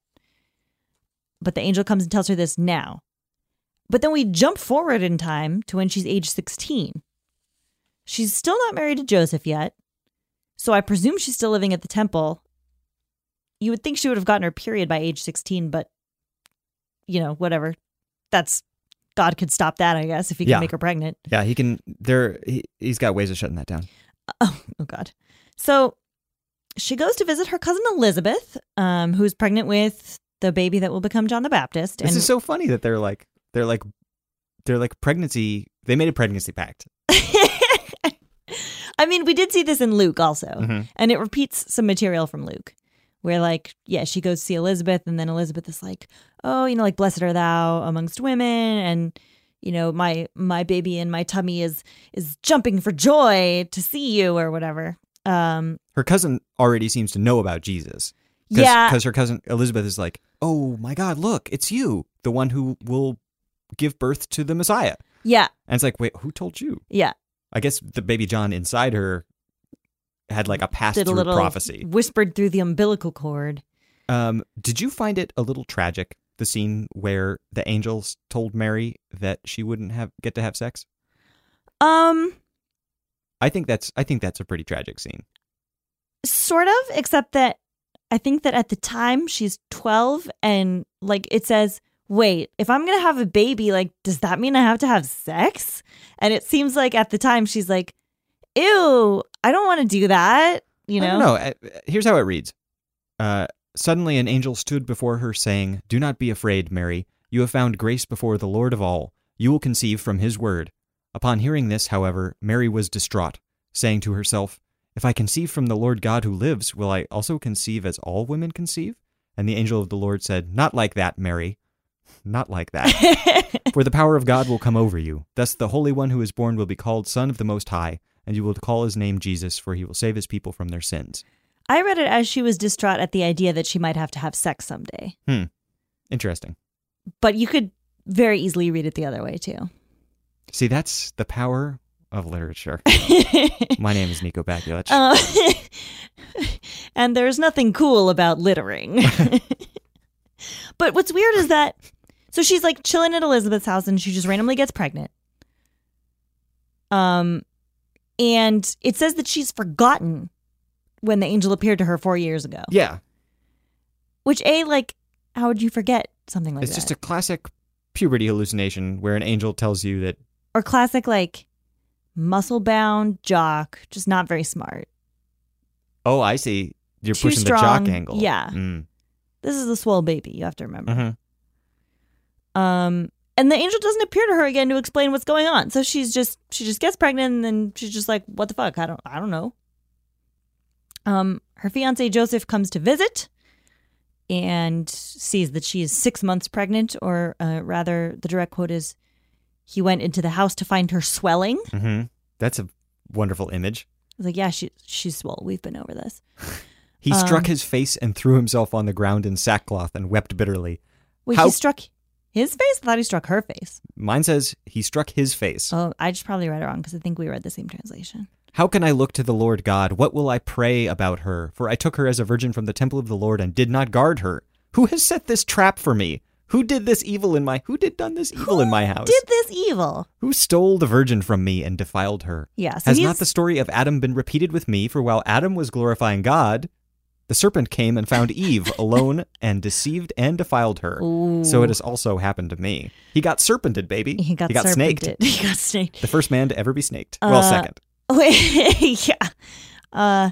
Speaker 1: But the angel comes and tells her this now. But then we jump forward in time to when she's age 16. She's still not married to Joseph yet. So I presume she's still living at the temple you would think she would have gotten her period by age 16 but you know whatever that's god could stop that i guess if he
Speaker 2: Yeah.
Speaker 1: can make her pregnant
Speaker 2: Yeah, he can. There, he, he's got ways of shutting that down.
Speaker 1: oh, oh god so she goes to visit her cousin elizabeth um, who's pregnant with the baby that will become john the baptist
Speaker 2: This is so funny that they're like they're like they're like pregnancy. They made a pregnancy pact.
Speaker 1: i mean we did see this in luke also
Speaker 2: Mhm.
Speaker 1: Oh. and it repeats some material from luke where like yeah she goes to see elizabeth and then elizabeth is like oh you know like blessed are thou amongst women and you know my my baby in my tummy is is jumping for joy to see you or whatever um
Speaker 2: Her cousin already seems to know about Jesus. Cause,
Speaker 1: yeah
Speaker 2: Because her cousin Elizabeth is like, oh my God, look, it's you, the one who will give birth to the Messiah.
Speaker 1: yeah
Speaker 2: And it's like, wait, who told you?
Speaker 1: yeah
Speaker 2: I guess the baby John inside her had like a pass
Speaker 1: did a
Speaker 2: through
Speaker 1: little
Speaker 2: prophecy.
Speaker 1: whispered through the umbilical cord
Speaker 2: Um, did you find it a little tragic, the scene where the angels told Mary that she wouldn't have get to have sex?
Speaker 1: um
Speaker 2: I think that's I think that's a pretty tragic scene.
Speaker 1: sort of except that i think that at the time she's 12 and like it says wait if i'm gonna have a baby like does that mean i have to have sex and it seems like at the time she's like ew i don't want to do that you know
Speaker 2: I don't know. Uh, Here's how it reads. Uh, Suddenly, an angel stood before her, saying, Do not be afraid, Mary. You have found grace before the Lord of all. You will conceive from his word. Upon hearing this, however, Mary was distraught, saying to herself, If I conceive from the Lord God who lives, will I also conceive as all women conceive? And the angel of the Lord said, Not like that, Mary. Not like that. For the power of God will come over you. Thus the Holy One who is born will be called Son of the Most High, and you will call his name Jesus, for he will save his people from their sins.
Speaker 1: i read it as she was distraught at the idea that she might have to have sex someday
Speaker 2: Interesting.
Speaker 1: but you could very easily read it the other way too
Speaker 2: See, that's the power of literature. My name is Nico Bakulich.
Speaker 1: Uh, and there's nothing cool about littering. but what's weird is that so she's like chilling at Elizabeth's house and she just randomly gets pregnant. Um and it says that she's forgotten when the angel appeared to her 4 years ago.
Speaker 2: yeah,
Speaker 1: Which a like how would you forget something like
Speaker 2: it's
Speaker 1: that?
Speaker 2: just a classic puberty hallucination where an angel tells you that
Speaker 1: or classic like muscle-bound jock, just not very smart.
Speaker 2: oh, I see, you're
Speaker 1: Too
Speaker 2: pushing the jock
Speaker 1: strong.
Speaker 2: angle.
Speaker 1: Yeah.
Speaker 2: Mm.
Speaker 1: This is a swole baby, you have to remember.
Speaker 2: Mhm.
Speaker 1: Um, and the angel doesn't appear to her again to explain what's going on. So she's just she just gets pregnant and then she's just like, what the fuck? I don't I don't know. Um, her fiance Joseph comes to visit and sees that she is six months pregnant, or uh, rather, the direct quote is, "He went into the house to find her swelling."
Speaker 2: Mhm. That's a wonderful image.
Speaker 1: I was like, "Yeah, she she's swole. We've been over this."
Speaker 2: He
Speaker 1: Um,
Speaker 2: struck his face and threw himself on the ground in sackcloth and wept bitterly.
Speaker 1: Wait,
Speaker 2: How-
Speaker 1: he struck his face. I thought he struck her face.
Speaker 2: Mine says he struck his face.
Speaker 1: Oh, I just probably read it wrong because I think we read the same translation.
Speaker 2: How can I look to the Lord God? What will I pray about her? For I took her as a virgin from the temple of the Lord and did not guard her. Who has set this trap for me? Who did this evil in my who did done this evil in my house?
Speaker 1: Did this evil?
Speaker 2: Who stole the virgin from me and defiled her?
Speaker 1: Yeah, so
Speaker 2: Has
Speaker 1: he's,
Speaker 2: not the story of Adam been repeated with me? For while Adam was glorifying God, the serpent came and found Eve alone and deceived and defiled her. So it has also happened to me. He got serpented, baby.
Speaker 1: he got,
Speaker 2: snaked.
Speaker 1: serpented. He got snaked.
Speaker 2: The first man to ever be snaked. well,
Speaker 1: Uh,
Speaker 2: second.
Speaker 1: Wait, yeah. Uh,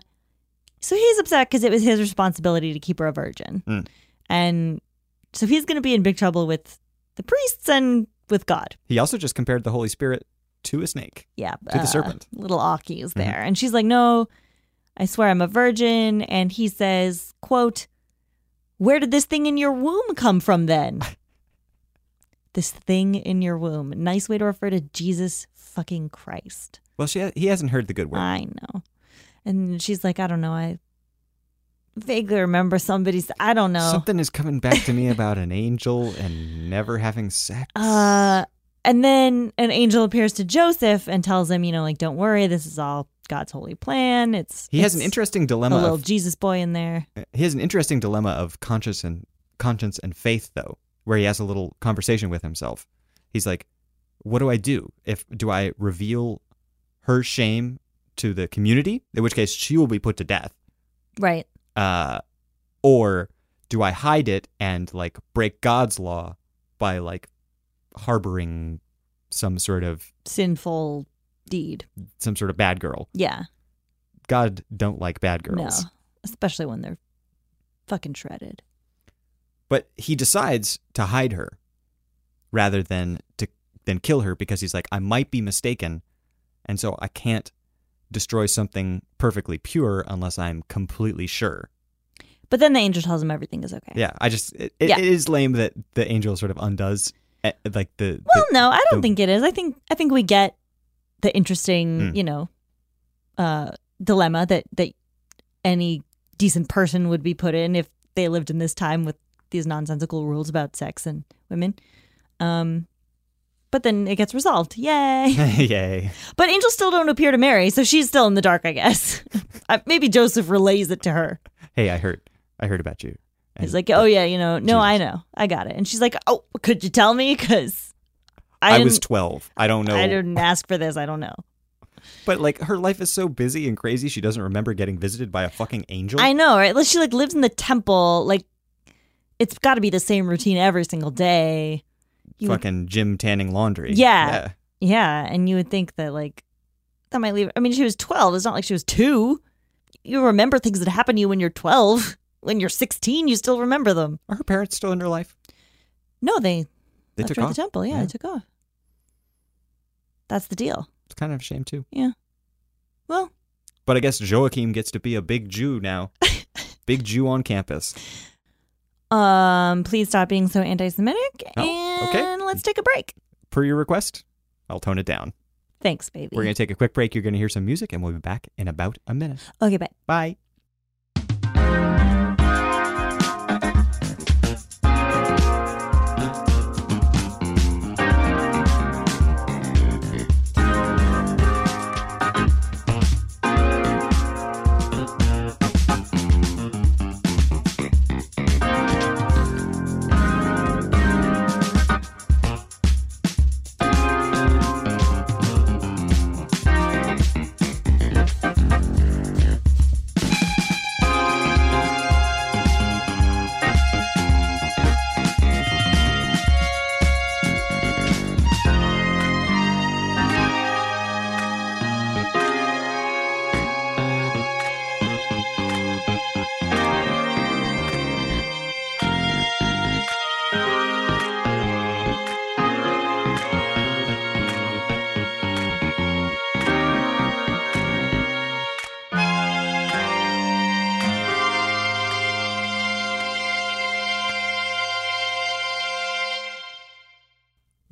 Speaker 1: so he's upset because it was his responsibility to keep her a virgin,
Speaker 2: Mm.
Speaker 1: and so he's going to be in big trouble with the priests and with God.
Speaker 2: He also just compared the Holy Spirit to a snake.
Speaker 1: Yeah, uh,
Speaker 2: To the serpent. Mm-hmm.
Speaker 1: Little Aki is there, and she's like, "No, I swear I'm a virgin." And he says, "Quote, where did this thing in your womb come from? Then this thing in your womb. Nice way to refer to Jesus fucking Christ."
Speaker 2: Well, she he hasn't heard the good word.
Speaker 1: I know. And she's like, I don't know. I vaguely remember somebody's. I don't know.
Speaker 2: Something is coming back to me about an angel and never having sex.
Speaker 1: Uh, and then an angel appears to Joseph and tells him, you know, like, don't worry, this is all God's holy plan. It's
Speaker 2: he has an
Speaker 1: it's
Speaker 2: interesting
Speaker 1: a
Speaker 2: dilemma.
Speaker 1: little
Speaker 2: Of,
Speaker 1: Jesus boy in there.
Speaker 2: he has an interesting dilemma of conscience and conscience and faith, though, where he has a little conversation with himself. He's like, "What do I do? If do I reveal her shame to the community, in which case she will be put to death,
Speaker 1: Right.
Speaker 2: uh, or do I hide it and like break God's law by like harboring some sort of
Speaker 1: Sinful deed.
Speaker 2: some sort of bad girl?
Speaker 1: Yeah.
Speaker 2: God don't like bad girls.
Speaker 1: No. Especially when they're fucking shredded.
Speaker 2: But he decides to hide her rather than to than kill her because he's like I might be mistaken and so I can't destroy something perfectly pure unless I'm completely sure.
Speaker 1: But then the angel tells him everything is okay.
Speaker 2: Yeah, I just it, it,
Speaker 1: Yeah.
Speaker 2: it is lame that the angel sort of undoes eh, like the, the-
Speaker 1: Well, no, I don't
Speaker 2: the-
Speaker 1: think it is. I think I think we get the interesting,
Speaker 2: Hmm.
Speaker 1: you know, uh, dilemma that that any decent person would be put in if they lived in this time with these nonsensical rules about sex and women. Um, but then it gets resolved. Yay!
Speaker 2: yay.
Speaker 1: But angels still don't appear to Mary, so she's still in the dark, I guess. Uh, Maybe Joseph relays it to her.
Speaker 2: Hey, I heard I heard about you. And-
Speaker 1: He's like, "Oh yeah, you know, no,
Speaker 2: Jesus.
Speaker 1: I know, I got it." And she's like, "Oh, could you tell me? Because I,
Speaker 2: I,
Speaker 1: didn't,
Speaker 2: was 12. I don't know.
Speaker 1: I didn't ask for this. I don't know.
Speaker 2: But like her life is so busy and crazy, she doesn't remember getting visited by a fucking angel.
Speaker 1: I know, right? Unless she like lives in the temple, like it's got to be the same routine every single day. You would-
Speaker 2: fucking gym tanning laundry.
Speaker 1: Yeah. yeah, and you would think that like that might leave. I mean, she was twelve. It's not like she was two. You remember things that happen to you when you're twelve. When you're sixteen, you still remember them.
Speaker 2: Are her parents still in her life?
Speaker 1: No, they
Speaker 2: They
Speaker 1: left
Speaker 2: took
Speaker 1: her at
Speaker 2: off.
Speaker 1: the temple. Yeah,
Speaker 2: Yeah.
Speaker 1: they took off. That's the deal.
Speaker 2: It's kind of a shame too.
Speaker 1: Well,
Speaker 2: But I guess Joachim gets to be a big Jew now. big Jew on campus.
Speaker 1: um, please stop being so anti-Semitic,
Speaker 2: Oh, okay.
Speaker 1: and let's take a break.
Speaker 2: Per your request, I'll tone it down.
Speaker 1: Thanks, baby.
Speaker 2: We're going to take a quick break. You're going to hear some music, and we'll be back in about a minute.
Speaker 1: okay, bye.
Speaker 2: Bye.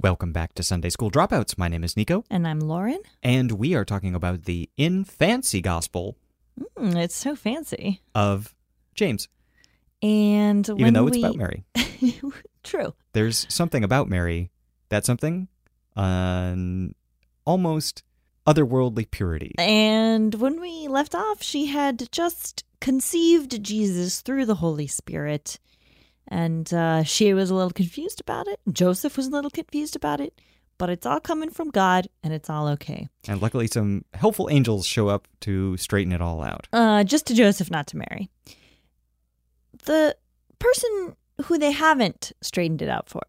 Speaker 2: Welcome back to Sunday School Dropouts. My name is Nico,
Speaker 1: And I'm Lauren.
Speaker 2: and we are talking about the in fancy gospel
Speaker 1: Mm, it's so fancy.
Speaker 2: of James,
Speaker 1: And
Speaker 2: even
Speaker 1: when
Speaker 2: though it's
Speaker 1: we...
Speaker 2: about Mary.
Speaker 1: Mary. True.
Speaker 2: There's something about Mary, that something, an almost otherworldly purity.
Speaker 1: And when we left off, she had just conceived Jesus through the Holy Spirit. And uh, she was a little confused about it. Joseph was a little confused about it. But it's all coming from God and it's all okay.
Speaker 2: And luckily, some helpful angels show up to straighten it all out.
Speaker 1: Uh, just to Joseph, not to Mary. The person who they haven't straightened it out for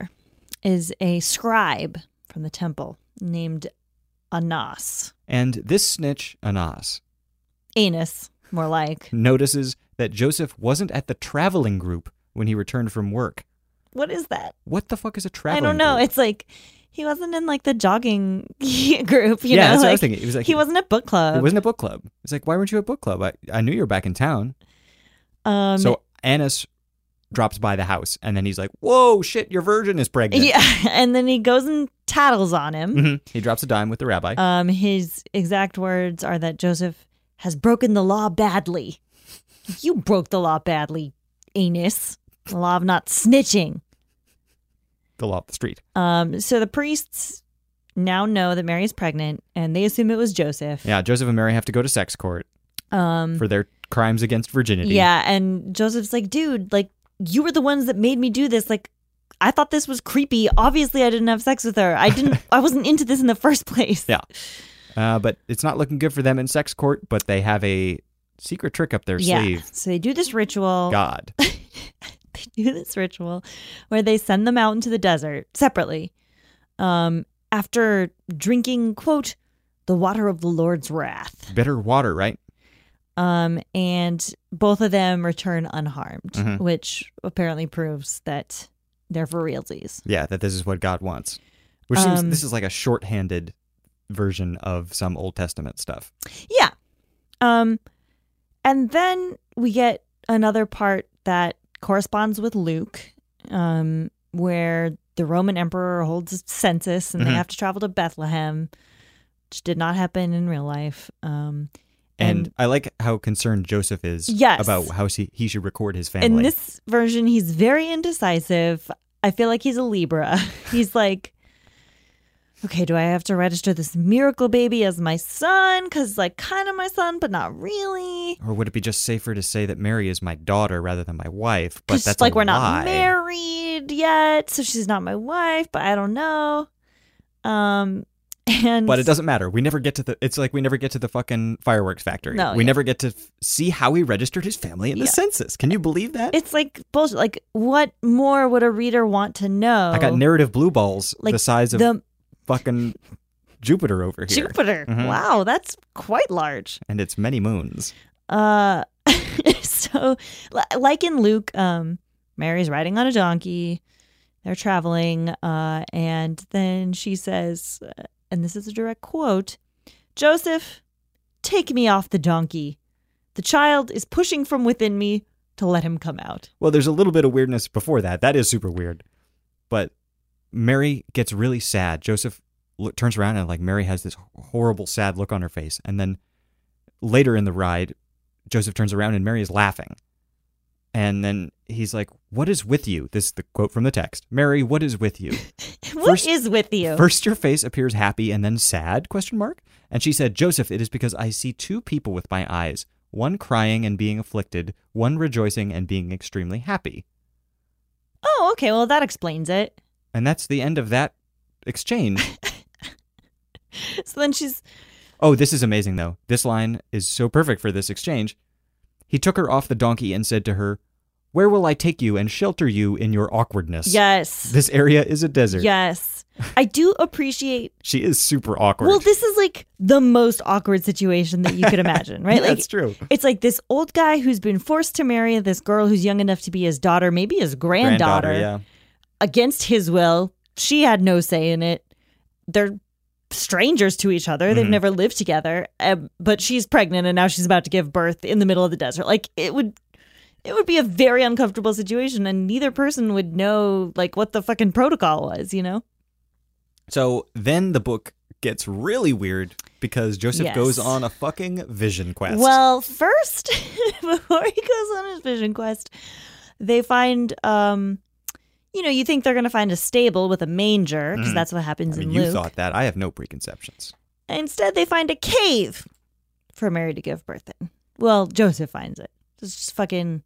Speaker 1: is a scribe from the temple named Anas.
Speaker 2: And this snitch, Anas,
Speaker 1: anus, more like.
Speaker 2: notices that Joseph wasn't at the traveling group when he returned from work.
Speaker 1: What is that?
Speaker 2: What the fuck is a
Speaker 1: I
Speaker 2: traveling
Speaker 1: don't know.
Speaker 2: group?
Speaker 1: It's like he wasn't in like the jogging group, you
Speaker 2: yeah,
Speaker 1: know.
Speaker 2: that's what I was
Speaker 1: like,
Speaker 2: thinking. It was like
Speaker 1: he wasn't at book club.
Speaker 2: It wasn't a book club. It's like, why weren't you at book club? I, I knew you were back in town.
Speaker 1: um,
Speaker 2: so Annas drops by the house and then he's like, whoa, shit, your virgin is pregnant.
Speaker 1: yeah, and then he goes and tattles on him.
Speaker 2: Mhm. He drops a dime with the rabbi.
Speaker 1: um, his exact words are that Joseph has broken the law badly. You broke the law badly, anus. The law of not snitching.
Speaker 2: the law of the street.
Speaker 1: Um, so the priests now know that Mary is pregnant, and they assume it was Joseph.
Speaker 2: Yeah, Joseph and Mary have to go to sex court
Speaker 1: Um,
Speaker 2: for their crimes against virginity.
Speaker 1: Yeah, and Joseph's like, dude, like you were the ones that made me do this. Like, I thought this was creepy. Obviously, I didn't have sex with her. I didn't. I wasn't into this in the first place.
Speaker 2: Yeah. Uh, but it's not looking good for them in sex court, but they have a secret trick up their
Speaker 1: Yeah. Oh.
Speaker 2: sleeve.
Speaker 1: So they do this ritual.
Speaker 2: God.
Speaker 1: They do this ritual where they send them out into the desert separately, um, after drinking quote the water of the Lord's wrath.
Speaker 2: Bitter water, right?
Speaker 1: Um, and both of them return unharmed,
Speaker 2: Mhm.
Speaker 1: which apparently proves that they're for realsies.
Speaker 2: Yeah, that this is what God wants. Which seems
Speaker 1: Um,
Speaker 2: this is like a shorthanded version of some Old Testament stuff.
Speaker 1: Yeah. Um and then we get another part that corresponds with Luke, um, where the Roman emperor holds a census and
Speaker 2: Mhm.
Speaker 1: they have to travel to Bethlehem, which did not happen in real life. Um,
Speaker 2: And,
Speaker 1: And-
Speaker 2: I like how concerned Joseph is
Speaker 1: Yes.
Speaker 2: about how he, he should record his family.
Speaker 1: in this version, he's very indecisive. I feel like he's a Libra. he's like, okay, do I have to register this miracle baby as my son? Because, like, kind of my son, but not really.
Speaker 2: or would it be just safer to say that Mary is my daughter rather than my wife? But
Speaker 1: Because
Speaker 2: that's
Speaker 1: it's like
Speaker 2: a
Speaker 1: we're
Speaker 2: lie.
Speaker 1: not married yet, so she's not my wife, but I don't know. Um, and
Speaker 2: But it doesn't matter. We never get to the. It's like we never get to the fucking fireworks factory.
Speaker 1: No,
Speaker 2: we
Speaker 1: yeah.
Speaker 2: never get to f- see how he registered his family in the
Speaker 1: Yeah.
Speaker 2: census. Can you believe that?
Speaker 1: It's like bullshit. Like, what more would a reader want to know?
Speaker 2: I got narrative blue balls
Speaker 1: Like
Speaker 2: the size of
Speaker 1: the
Speaker 2: fucking Jupiter over here,
Speaker 1: Jupiter.
Speaker 2: Mhm.
Speaker 1: Wow, that's quite large.
Speaker 2: and it's many moons.
Speaker 1: Uh, so li- like in Luke, um, Mary's riding on a donkey. They're traveling, uh, and then she says, uh, and this is a direct quote: "Joseph, take me off the donkey. The child is pushing from within me to let him come out."
Speaker 2: Well, there's a little bit of weirdness before that. That is super weird. But Mary gets really sad. Joseph lo- turns around and like Mary has this horrible sad look on her face. And then later in the ride, Joseph turns around and Mary is laughing. And then he's like, "What is with you?" This is the quote from the text. "Mary, what is with you?"
Speaker 1: What is
Speaker 2: First-
Speaker 1: with you?
Speaker 2: First your face appears happy and then sad? Question mark. And she said, "Joseph, it is because I see two people with my eyes, one crying and being afflicted, one rejoicing and being extremely happy."
Speaker 1: oh, okay. Well, that explains it.
Speaker 2: And that's the end of that exchange.
Speaker 1: So then she's
Speaker 2: oh, this is amazing, though. This line is so perfect for this exchange. He took her off the donkey and said to her, Where will I take you and shelter you in your awkwardness?
Speaker 1: yes,
Speaker 2: This area is a desert.
Speaker 1: yes. I do appreciate
Speaker 2: She is super awkward.
Speaker 1: Well, this is like the most awkward situation that you could imagine, right?
Speaker 2: Yeah,
Speaker 1: like
Speaker 2: that's true.
Speaker 1: it's like this old guy who's been forced to marry this girl who's young enough to be his daughter, maybe his granddaughter,
Speaker 2: yeah.
Speaker 1: against his will. She had no say in it. They're strangers to each other. They've
Speaker 2: Mhm.
Speaker 1: never lived together, um, but she's pregnant and now she's about to give birth in the middle of the desert. Like it would it would be a very uncomfortable situation and neither person would know like what the fucking protocol was, you know?
Speaker 2: So then the book gets really weird because Joseph
Speaker 1: Yes.
Speaker 2: goes on a fucking vision quest.
Speaker 1: Well, first, before he goes on his vision quest, they find, um, you know, you think they're going to find a stable with a manger because
Speaker 2: Mhm.
Speaker 1: that's what happens
Speaker 2: I mean,
Speaker 1: in
Speaker 2: you
Speaker 1: Luke.
Speaker 2: thought that. I have no preconceptions.
Speaker 1: Instead, they find a cave for Mary to give birth in. Well, Joseph finds it. It's just fucking.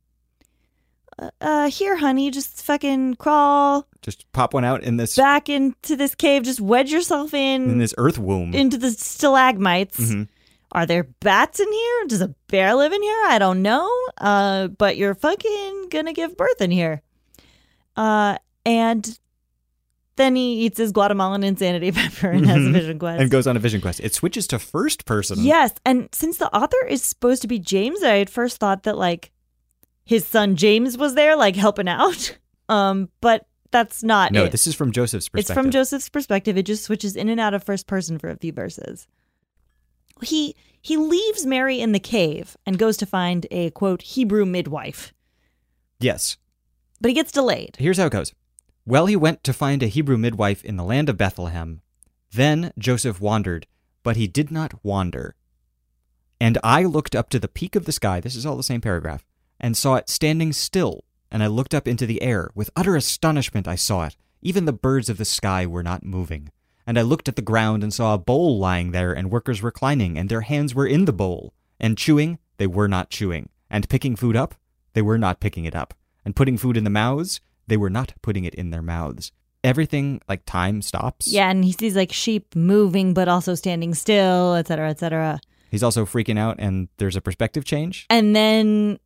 Speaker 1: Uh, uh, here, honey, just fucking crawl
Speaker 2: Just pop one out in this
Speaker 1: back into this cave. Just wedge yourself
Speaker 2: in
Speaker 1: in,
Speaker 2: this earth womb.
Speaker 1: into the stalagmites.
Speaker 2: Mhm.
Speaker 1: Are there bats in here? Does a bear live in here? I don't know. Uh, but you're fucking gonna give birth in here. Uh, and then he eats his Guatemalan insanity pepper and has a
Speaker 2: Mhm.
Speaker 1: vision quest.
Speaker 2: and goes on a vision quest. It switches to first person.
Speaker 1: yes, and since the author is supposed to be James, I had first thought that like his son James was there, like helping out. Um, but that's not.
Speaker 2: No,
Speaker 1: it.
Speaker 2: this is from Joseph's
Speaker 1: It's
Speaker 2: perspective.
Speaker 1: from Joseph's perspective. It just switches in and out of first person for a few verses. He he leaves Mary in the cave and goes to find a quote Hebrew midwife,
Speaker 2: Yes.
Speaker 1: but he gets delayed.
Speaker 2: Here's how it goes. Well, he went to find a Hebrew midwife in the land of Bethlehem. Then Joseph wandered, but he did not wander. And I looked up to the peak of the sky, this is all the same paragraph, and saw it standing still. And I looked up into the air. With utter astonishment, I saw it. Even the birds of the sky were not moving. And I looked at the ground and saw a bowl lying there, and workers reclining, and their hands were in the bowl. And chewing, they were not chewing. And picking food up, they were not picking it up. And putting food in the mouths, they were not putting it in their mouths. Everything, like time, stops.
Speaker 1: Yeah, and he sees like sheep moving but also standing still, et cetera, et cetera.
Speaker 2: He's also freaking out, and there's a perspective change.
Speaker 1: And then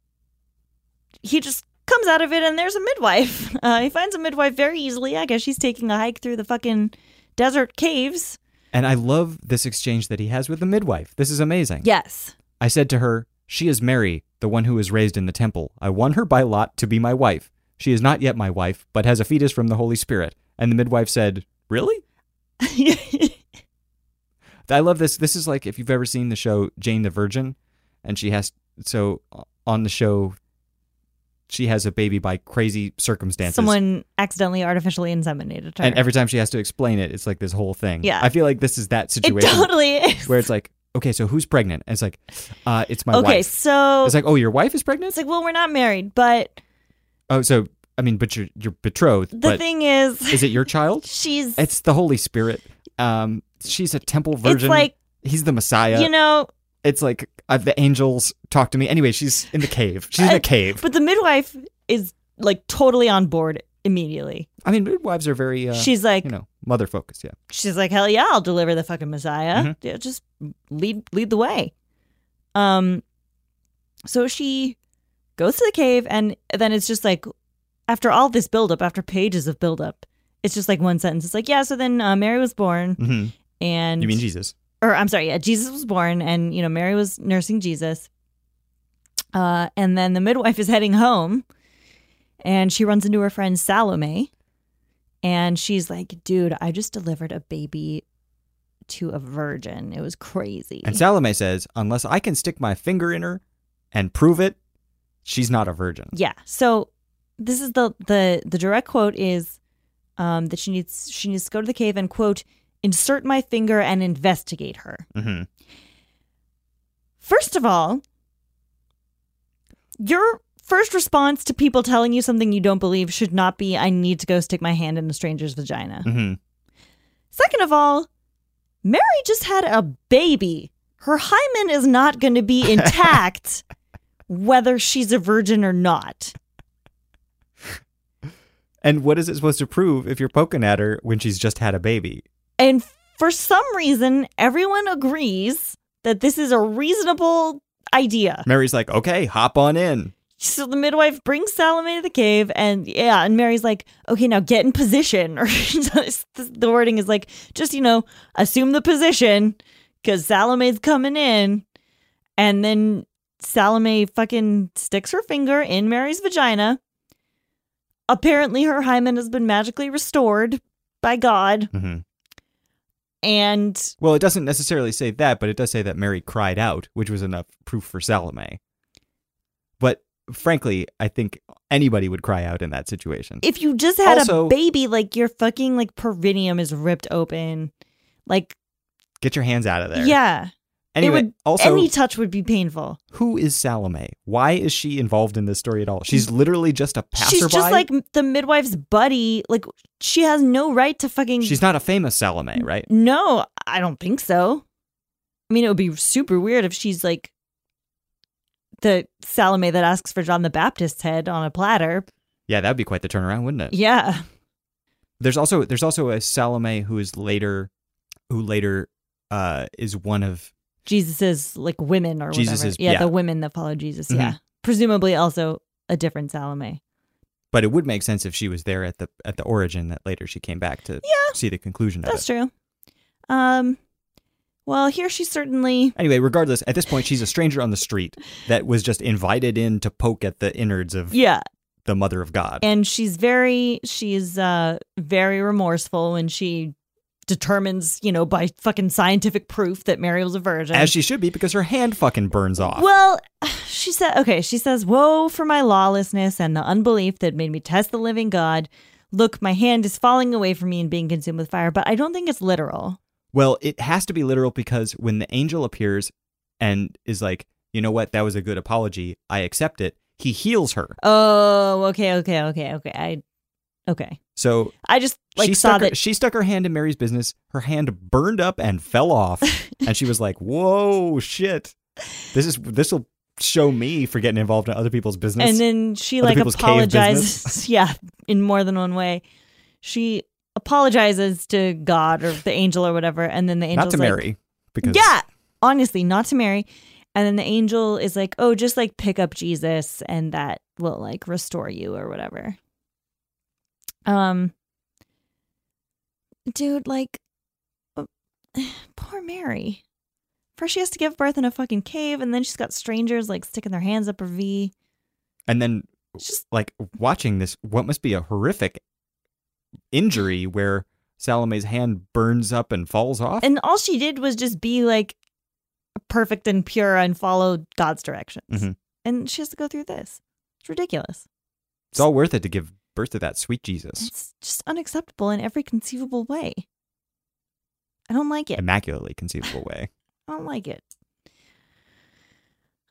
Speaker 1: he just comes out of it and there's a midwife. Uh, he finds a midwife very easily. I guess she's taking a hike through the fucking desert caves.
Speaker 2: And I love this exchange that he has with the midwife. This is amazing.
Speaker 1: Yes.
Speaker 2: I said to her, She is Mary, the one who was raised in the temple. I won her by lot to be my wife. She is not yet my wife, but has a fetus from the Holy Spirit. And the midwife said, Really? I love this. This is like if you've ever seen uh, the show Jane the Virgin, and she has so on the show she has a baby by crazy circumstances.
Speaker 1: Someone accidentally artificially inseminated her.
Speaker 2: and every time she has to explain it, it's like this whole thing.
Speaker 1: Yeah.
Speaker 2: I feel like this is that
Speaker 1: it
Speaker 2: situation
Speaker 1: totally is.
Speaker 2: where it's like, okay, so who's pregnant? And it's like, uh, it's my
Speaker 1: okay,
Speaker 2: wife.
Speaker 1: so
Speaker 2: It's like, oh, your wife is pregnant.
Speaker 1: it's like, well, we're not married, but
Speaker 2: Oh, so I mean, but you're you're betrothed.
Speaker 1: the
Speaker 2: but
Speaker 1: thing is,
Speaker 2: is it your child?
Speaker 1: she's it's,
Speaker 2: It's the Holy Spirit. Um, she's a temple virgin.
Speaker 1: like
Speaker 2: he's the Messiah.
Speaker 1: you know,
Speaker 2: it's like i the angels talk to me. Anyway, she's in the cave. She's in
Speaker 1: Uh,
Speaker 2: a cave.
Speaker 1: but the midwife is like totally on board immediately.
Speaker 2: I mean, midwives are very, uh,
Speaker 1: she's like,
Speaker 2: you know, mother focused. Yeah.
Speaker 1: she's like, hell yeah, I'll deliver the fucking Messiah.
Speaker 2: Mhm.
Speaker 1: Yeah, just lead lead the way. Um, so she goes to the cave, and then it's just like, after all this buildup, after pages of buildup, it's just like one sentence. It's like, yeah, so then uh, Mary was born,
Speaker 2: Mm-hmm.
Speaker 1: and
Speaker 2: You mean Jesus?
Speaker 1: or I'm sorry, yeah, Jesus was born, and you know Mary was nursing Jesus, uh, and then the midwife is heading home, and she runs into her friend Salome, and she's like, "Dude, I just delivered a baby to a virgin. It was crazy."
Speaker 2: And Salome says, unless I can stick my finger in her and prove it, she's not a virgin.
Speaker 1: yeah, so this is the the the direct quote is um, that she needs she needs to go to the cave and quote insert my finger and investigate her.
Speaker 2: Mm-hmm.
Speaker 1: First of all, your first response to people telling you something you don't believe should not be, I need to go stick my hand in a stranger's vagina.
Speaker 2: Mm-hmm.
Speaker 1: Second of all, Mary just had a baby. Her hymen is not going to be intact whether she's a virgin or not.
Speaker 2: And what is it supposed to prove if you're poking at her when she's just had a baby?
Speaker 1: And for some reason, everyone agrees that this is a reasonable idea.
Speaker 2: Mary's like, okay, hop on in.
Speaker 1: So the midwife brings Salome to the cave, and yeah, and Mary's like, "Okay, now get in position." Or the the wording is like, "Just you know, assume the position," because Salome's coming in, and then Salome fucking sticks her finger in Mary's vagina. Apparently, her hymen has been magically restored by God,
Speaker 2: Mm-hmm.
Speaker 1: and
Speaker 2: Well, it doesn't necessarily say that, but it does say that Mary cried out, which was enough proof for Salome. But frankly, I think anybody would cry out in that situation.
Speaker 1: if you just had
Speaker 2: Also-
Speaker 1: a baby, like your fucking like perineum is ripped open, like
Speaker 2: Get your hands out of there.
Speaker 1: yeah.
Speaker 2: Anyway,
Speaker 1: would-
Speaker 2: also,
Speaker 1: Any touch would be painful.
Speaker 2: who is Salome? Why is she involved in this story at all? She's literally just a passerby.
Speaker 1: She's just like the midwife's buddy. Like she has no right to fucking.
Speaker 2: She's not a famous
Speaker 1: Mm.
Speaker 2: Salome, right?
Speaker 1: no, I don't think so. I mean, it would be super weird if she's like the Salome that asks for John the Baptist's head on a platter.
Speaker 2: Yeah, that'd be quite the turnaround, wouldn't it?
Speaker 1: Yeah,
Speaker 2: There's also there's also a Salome who is later who later uh is one of
Speaker 1: Jesus's like women or whatever.
Speaker 2: Jesus's-
Speaker 1: yeah,
Speaker 2: yeah.
Speaker 1: the women that follow Jesus.
Speaker 2: Mhm.
Speaker 1: Yeah, presumably also a different Salome.
Speaker 2: but it would make sense if she was there at the at the origin that later she came back to see the conclusion of it.
Speaker 1: That's true. Um, well, here she certainly.
Speaker 2: Anyway, regardless, at this point, she's a stranger on the street that was just invited in to poke at the innards of
Speaker 1: Yeah,
Speaker 2: the Mother of God.
Speaker 1: and she's very she's uh very remorseful when she determines you know by fucking scientific proof that mary was a virgin
Speaker 2: as she should be, because her hand fucking burns off.
Speaker 1: well she said okay she says woe for my lawlessness and the unbelief that made me test the living god look my hand is falling away from me and being consumed with fire but i don't think it's literal
Speaker 2: Well, it has to be literal because when the angel appears and is like, you know what, that was a good apology, I accept it, he heals her.
Speaker 1: oh okay okay okay okay i okay
Speaker 2: So
Speaker 1: i just like
Speaker 2: she,
Speaker 1: saw
Speaker 2: stuck her,
Speaker 1: that
Speaker 2: she stuck her hand in Mary's business, her hand burned up and fell off, and she was like, whoa, shit. This is, this will show me for getting involved in other people's business.
Speaker 1: and then she
Speaker 2: other
Speaker 1: like
Speaker 2: people's cave
Speaker 1: apologizes yeah in more than one way she apologizes to god or the angel or whatever and then the angel
Speaker 2: Not to Mary, because
Speaker 1: yeah honestly not to mary and then the angel is like oh just like pick up jesus and that will like restore you or whatever um dude like uh, poor mary first she has to give birth in a fucking cave and then she's got strangers like sticking their hands up her v
Speaker 2: and then
Speaker 1: It's just
Speaker 2: like watching this what must be a horrific injury where Salome's hand burns up and falls off.
Speaker 1: And all she did was just be like perfect and pure and follow God's directions.
Speaker 2: Mhm.
Speaker 1: And she has to go through this. It's ridiculous.
Speaker 2: It's all worth it to give birth to that sweet Jesus.
Speaker 1: It's just unacceptable in every conceivable way. I don't like it.
Speaker 2: Immaculately conceivable way.
Speaker 1: I don't like it.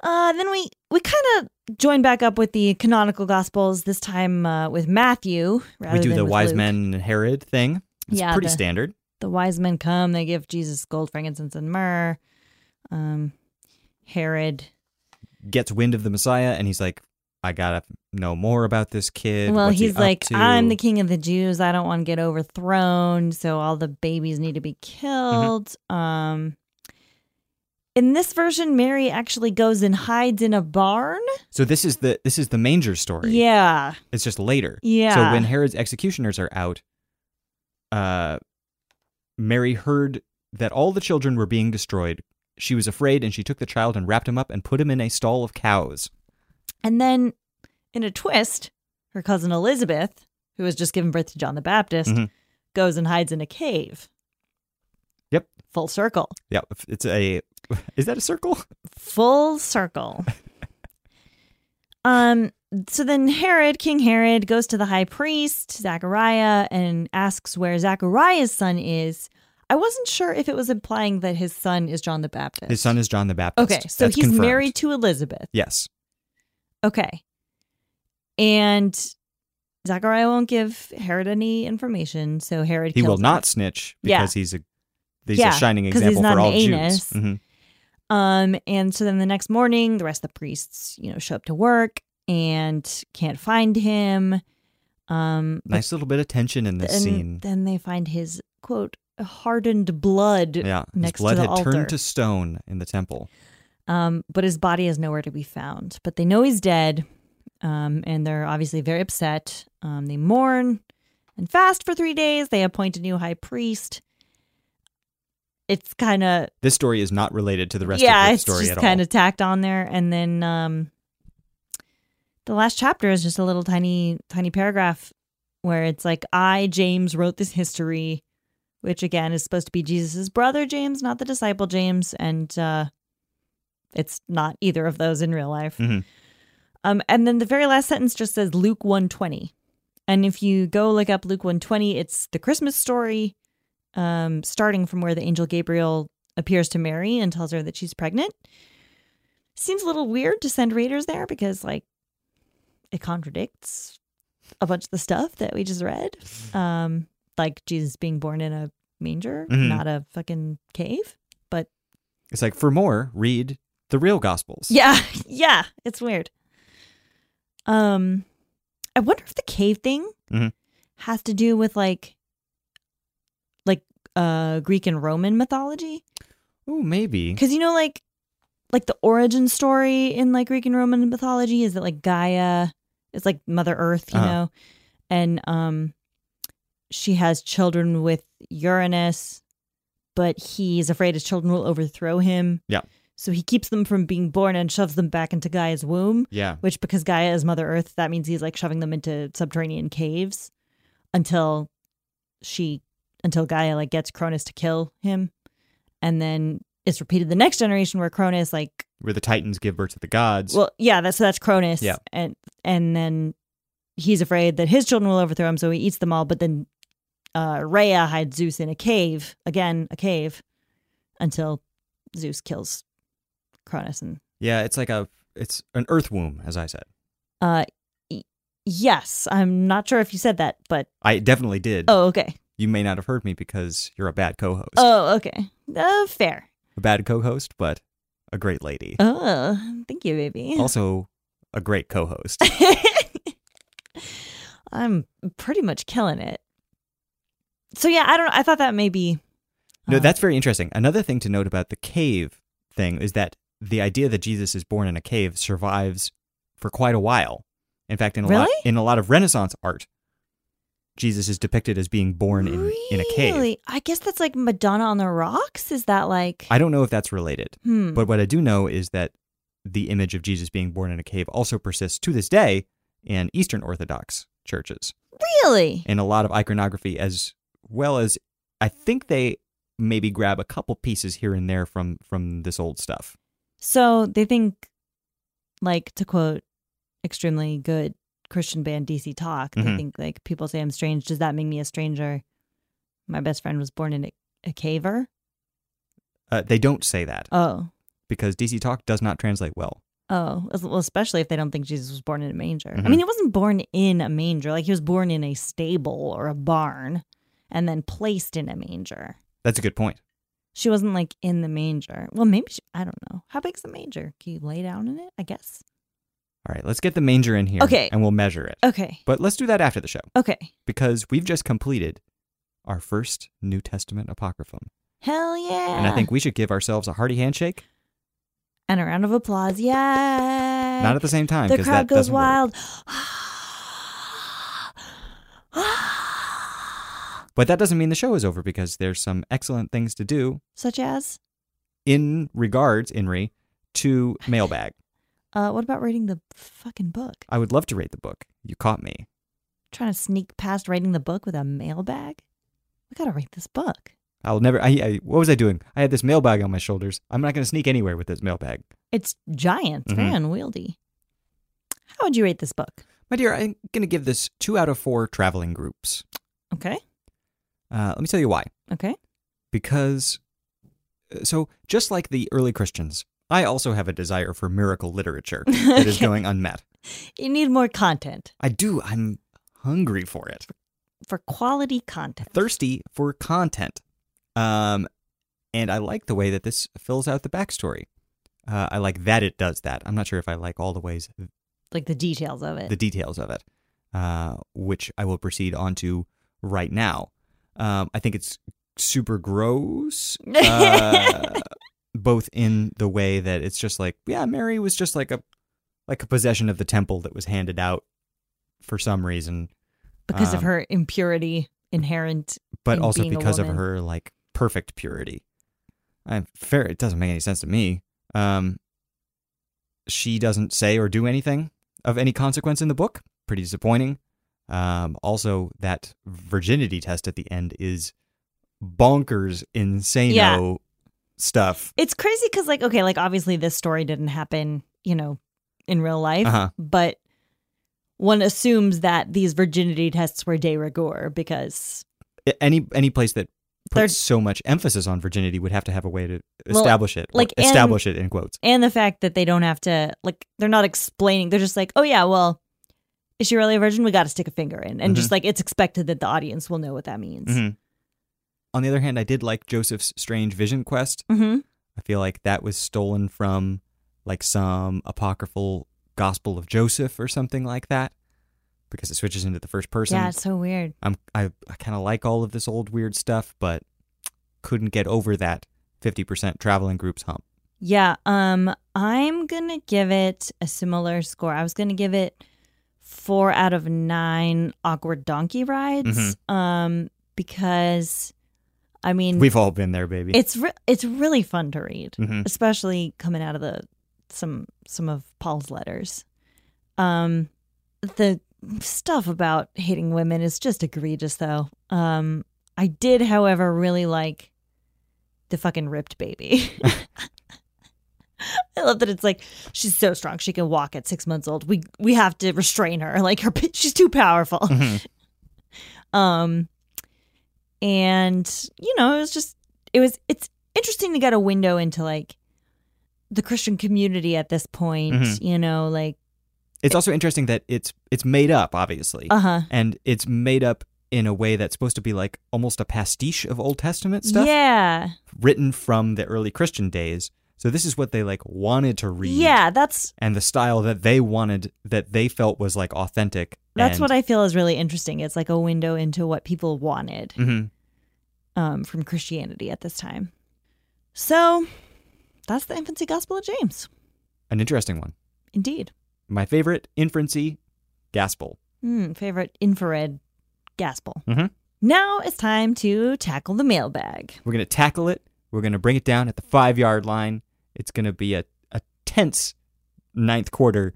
Speaker 1: Uh, then we we kind of join back up with the canonical gospels this time uh, with Matthew. Rather
Speaker 2: we do
Speaker 1: than
Speaker 2: the
Speaker 1: with
Speaker 2: wise
Speaker 1: Luke.
Speaker 2: men and Herod thing. It's
Speaker 1: Yeah,
Speaker 2: pretty
Speaker 1: the-
Speaker 2: standard.
Speaker 1: The wise men come. They give Jesus gold, frankincense, and myrrh. Um, Herod.
Speaker 2: Gets wind of the Messiah and he's like, I gotta know more about this kid.
Speaker 1: well,
Speaker 2: What's he
Speaker 1: he's
Speaker 2: up
Speaker 1: like,
Speaker 2: to?"
Speaker 1: I'm the king of the Jews. I don't want to get overthrown, so all the babies need to be
Speaker 2: Mm-hmm.
Speaker 1: killed. Um, in this version, Mary actually goes and hides in a barn.
Speaker 2: So this is the this is the manger story.
Speaker 1: Yeah,
Speaker 2: It's just later.
Speaker 1: yeah.
Speaker 2: So when Herod's executioners are out, uh, Mary heard that all the children were being destroyed. She was afraid, and she took the child and wrapped him up and put him in a stall of cows.
Speaker 1: And then, in a twist, her cousin Elizabeth, who has just given birth to John the Baptist,
Speaker 2: Mhm.
Speaker 1: goes and hides in a cave.
Speaker 2: Yep.
Speaker 1: Full circle.
Speaker 2: Yeah, it's a. Is that a circle?
Speaker 1: Full circle. um. So then Herod, King Herod, goes to the high priest, Zachariah, and asks where Zachariah's son is. I wasn't sure if it was implying that his son is John the Baptist.
Speaker 2: His son is John the Baptist.
Speaker 1: Okay, so
Speaker 2: That's
Speaker 1: he's
Speaker 2: confirmed.
Speaker 1: married to Elizabeth.
Speaker 2: Yes.
Speaker 1: Okay. And Zachariah won't give Herod any information, so Herod
Speaker 2: He will
Speaker 1: kills
Speaker 2: not snitch
Speaker 1: Yeah.
Speaker 2: because he's a he's
Speaker 1: Yeah,
Speaker 2: a shining
Speaker 1: 'cause he's
Speaker 2: example
Speaker 1: not
Speaker 2: for
Speaker 1: an
Speaker 2: all
Speaker 1: anus.
Speaker 2: Jews. Mhm.
Speaker 1: him. Um, and so then the next morning, the rest of the priests, you know, show up to work and can't find him. Um, but
Speaker 2: Nice little bit of tension in this
Speaker 1: then,
Speaker 2: scene.
Speaker 1: then they find his quote hardened blood.
Speaker 2: yeah, his
Speaker 1: next to
Speaker 2: blood
Speaker 1: the
Speaker 2: had
Speaker 1: altar.
Speaker 2: turned to stone in the temple.
Speaker 1: Um, but his body is nowhere to be found. But they know he's dead, um, and they're obviously very upset. Um, they mourn and fast for three days. They appoint a new high priest. It's kind of
Speaker 2: This story is not related to the rest
Speaker 1: yeah,
Speaker 2: of the
Speaker 1: it's
Speaker 2: story
Speaker 1: just
Speaker 2: at all.
Speaker 1: kind of tacked on there, and then um, the last chapter is just a little tiny, tiny paragraph where it's like, "I James wrote this history," which again is supposed to be Jesus's brother James, not the disciple James, and uh, it's not either of those in real life.
Speaker 2: Mhm.
Speaker 1: Um, and then the very last sentence just says Luke one twenty, and if you go look up Luke one twenty, it's the Christmas story um, starting from where the angel Gabriel appears to Mary and tells her that she's pregnant. Seems a little weird to send readers there because, like, it contradicts a bunch of the stuff that we just read. Um, like Jesus being born in a manger,
Speaker 2: Mhm.
Speaker 1: not a fucking cave.
Speaker 2: It's like for more, read the real Gospels.
Speaker 1: Yeah, yeah, it's weird. Um, I wonder if the cave thing
Speaker 2: Mhm.
Speaker 1: has to do with like, like uh Greek and Roman mythology.
Speaker 2: Oh, maybe.
Speaker 1: Because you know, like, like the origin story in like Greek and Roman mythology is that like Gaia is like Mother Earth, you
Speaker 2: Uh-huh.
Speaker 1: know, and um, she has children with Uranus, but he's afraid his children will overthrow him.
Speaker 2: Yeah.
Speaker 1: So he keeps them from being born and shoves them back into Gaia's womb,
Speaker 2: Yeah.
Speaker 1: which because Gaia is Mother Earth, that means he's like shoving them into subterranean caves until she until Gaia like gets Cronus to kill him. And then it's repeated the next generation where Cronus like
Speaker 2: Where the Titans give birth to the gods.
Speaker 1: well yeah, that's so that's Cronus.
Speaker 2: Yeah.
Speaker 1: And and then he's afraid that his children will overthrow him, so he eats them all, but then uh Rhea hides Zeus in a cave, again, a cave, until Zeus kills Cronus and
Speaker 2: yeah, it's like a it's an earth womb, as I said.
Speaker 1: Uh, y- yes. I'm not sure if you said that, but
Speaker 2: I definitely did.
Speaker 1: oh, okay.
Speaker 2: You may not have heard me because you're a bad co-host.
Speaker 1: Oh, okay. Uh, fair.
Speaker 2: a bad co-host, but a great lady.
Speaker 1: Oh, thank you, baby.
Speaker 2: also a great co-host.
Speaker 1: I'm pretty much killing it. So yeah, I don't. I thought that maybe.
Speaker 2: No,
Speaker 1: uh,
Speaker 2: that's very interesting. Another thing to note about the cave thing is that the idea that Jesus is born in a cave survives for quite a while. In fact, in a lot
Speaker 1: Really?
Speaker 2: in a lot of Renaissance art, Jesus is depicted as being born in, in a cave.
Speaker 1: Really? I guess that's like Madonna on the rocks. Is that like?
Speaker 2: I don't know if that's related,
Speaker 1: hmm.
Speaker 2: but what I do know is that the image of Jesus being born in a cave also persists to this day in Eastern Orthodox churches
Speaker 1: really?
Speaker 2: in a lot of iconography as well as I think they maybe grab a couple pieces here and there from from this old stuff.
Speaker 1: So they think, like to quote, extremely good Christian band DC Talk. I
Speaker 2: Mhm.
Speaker 1: think like people say I'm strange. Does that make me a stranger? My best friend was born in a, a caver.
Speaker 2: Uh, they don't say that
Speaker 1: Oh,
Speaker 2: because DC Talk does not translate well.
Speaker 1: oh, well, especially if they don't think Jesus was born in a manger. I
Speaker 2: Mhm.
Speaker 1: mean, he wasn't born in a manger. Like he was born in a stable or a barn, and then placed in a manger.
Speaker 2: That's a good point.
Speaker 1: She wasn't like in the manger. Well, maybe she, I don't know. How big's the manger? Can you lay down in it? I guess.
Speaker 2: All right, let's get the manger in here
Speaker 1: Okay.
Speaker 2: and we'll measure it.
Speaker 1: Okay.
Speaker 2: But let's do that after the show
Speaker 1: Okay.
Speaker 2: because we've just completed our first New Testament apocryphon.
Speaker 1: Hell yeah.
Speaker 2: And I think we should give ourselves a hearty handshake,
Speaker 1: and a round of applause. Yeah.
Speaker 2: not at the same time
Speaker 1: the
Speaker 2: because
Speaker 1: crowd
Speaker 2: that
Speaker 1: goes
Speaker 2: doesn't work.
Speaker 1: wild.
Speaker 2: But that doesn't mean the show is over because there's some excellent things to do
Speaker 1: Such as,
Speaker 2: in regards, Inri, to mailbag.
Speaker 1: uh, what about reading the fucking book?
Speaker 2: I would love to rate the book. You caught me.
Speaker 1: Trying to sneak past writing the book with a mailbag? We gotta rate this book.
Speaker 2: I'll never. I, I what was I doing? I had this mailbag on my shoulders. I'm not going to sneak anywhere with this mailbag,
Speaker 1: It's giant, it's very
Speaker 2: Mhm.
Speaker 1: unwieldy. How would you rate this book?
Speaker 2: my dear. I'm going to give this two out of four traveling groups.
Speaker 1: Okay.
Speaker 2: Uh, let me tell you why.
Speaker 1: Okay.
Speaker 2: Because, uh, so just like the early Christians, I also have a desire for miracle literature that is
Speaker 1: Okay.
Speaker 2: going unmet.
Speaker 1: You need more content
Speaker 2: I do. I'm hungry for it.
Speaker 1: for quality content.
Speaker 2: thirsty for content. Um, and I like the way that this fills out the backstory. Uh, I like that it does that. I'm not sure if I like all the ways,
Speaker 1: like the details of it.
Speaker 2: the details of it, uh, which I will proceed on to right now. Um, I think it's super gross, uh, both in the way that it's just like, yeah, Mary was just like a like a possession of the temple that was handed out for some reason.
Speaker 1: because of
Speaker 2: um,
Speaker 1: her impurity inherent.
Speaker 2: but
Speaker 1: in
Speaker 2: also
Speaker 1: being a
Speaker 2: because of
Speaker 1: woman.
Speaker 2: her like perfect purity. I'm fair. It doesn't make any sense to me. Um, she doesn't say or do anything of any consequence in the book. Pretty disappointing. Um, also, that virginity test at the end is bonkers, insano
Speaker 1: Yeah.
Speaker 2: stuff.
Speaker 1: It's crazy because, like, okay, like obviously this story didn't happen, you know, in real life,
Speaker 2: Uh-huh.
Speaker 1: but one assumes that these virginity tests were de rigueur because
Speaker 2: A- Any any place that puts
Speaker 1: They're-
Speaker 2: so much emphasis on virginity would have to have a way to
Speaker 1: Well,
Speaker 2: establish it. or
Speaker 1: like, and-
Speaker 2: establish it in quotes.
Speaker 1: and the fact that they don't have to like they're not explaining they're just like oh yeah well is she really a virgin we got to stick a finger in and just like it's expected that the audience will know what that means
Speaker 2: Mhm. On the other hand, I did like Joseph's strange vision quest.
Speaker 1: Mhm.
Speaker 2: I feel like that was stolen from like some apocryphal Gospel of Joseph or something like that, because it switches into the first person.
Speaker 1: yeah it's so weird
Speaker 2: I'm I, I kind of like all of this old weird stuff, but couldn't get over that 50% traveling groups hump.
Speaker 1: yeah um i'm gonna give it a similar score i was gonna give it four out of nine awkward donkey rides um because i mean
Speaker 2: We've all been there, baby.
Speaker 1: Mm. it's re- it's really fun to read
Speaker 2: Mhm.
Speaker 1: especially coming out of the some some of Paul's letters. Um, the stuff about hating women is just egregious, though. Um, I did, however, really like the fucking ripped baby. I love that it's like she's so strong she can walk at six months old. We we have to restrain her. Like her, she's too powerful.
Speaker 2: Mhm.
Speaker 1: Um, and you know, it was just it was it's interesting to get a window into like the Christian community at this point.
Speaker 2: Mhm.
Speaker 1: You know, like
Speaker 2: It's also interesting that it's it's made up, obviously,
Speaker 1: uh huh,
Speaker 2: and it's made up in a way that's supposed to be like almost a pastiche of Old Testament stuff.
Speaker 1: yeah,
Speaker 2: written from the early Christian days. So this is what they like wanted to read.
Speaker 1: yeah. That's
Speaker 2: And the style that they wanted that they felt was like authentic.
Speaker 1: that's what I feel is really interesting. It's like a window into what people wanted
Speaker 2: hmm
Speaker 1: um, from Christianity at this time. So that's the infancy gospel of James,
Speaker 2: An interesting one.
Speaker 1: indeed.
Speaker 2: My favorite inferency gospel.
Speaker 1: Hmm, favorite infrared gospel.
Speaker 2: Mhm.
Speaker 1: Now it's time to tackle the mailbag.
Speaker 2: We're gonna tackle it. We're gonna bring it down at the five yard line. It's gonna be a, a tense ninth quarter.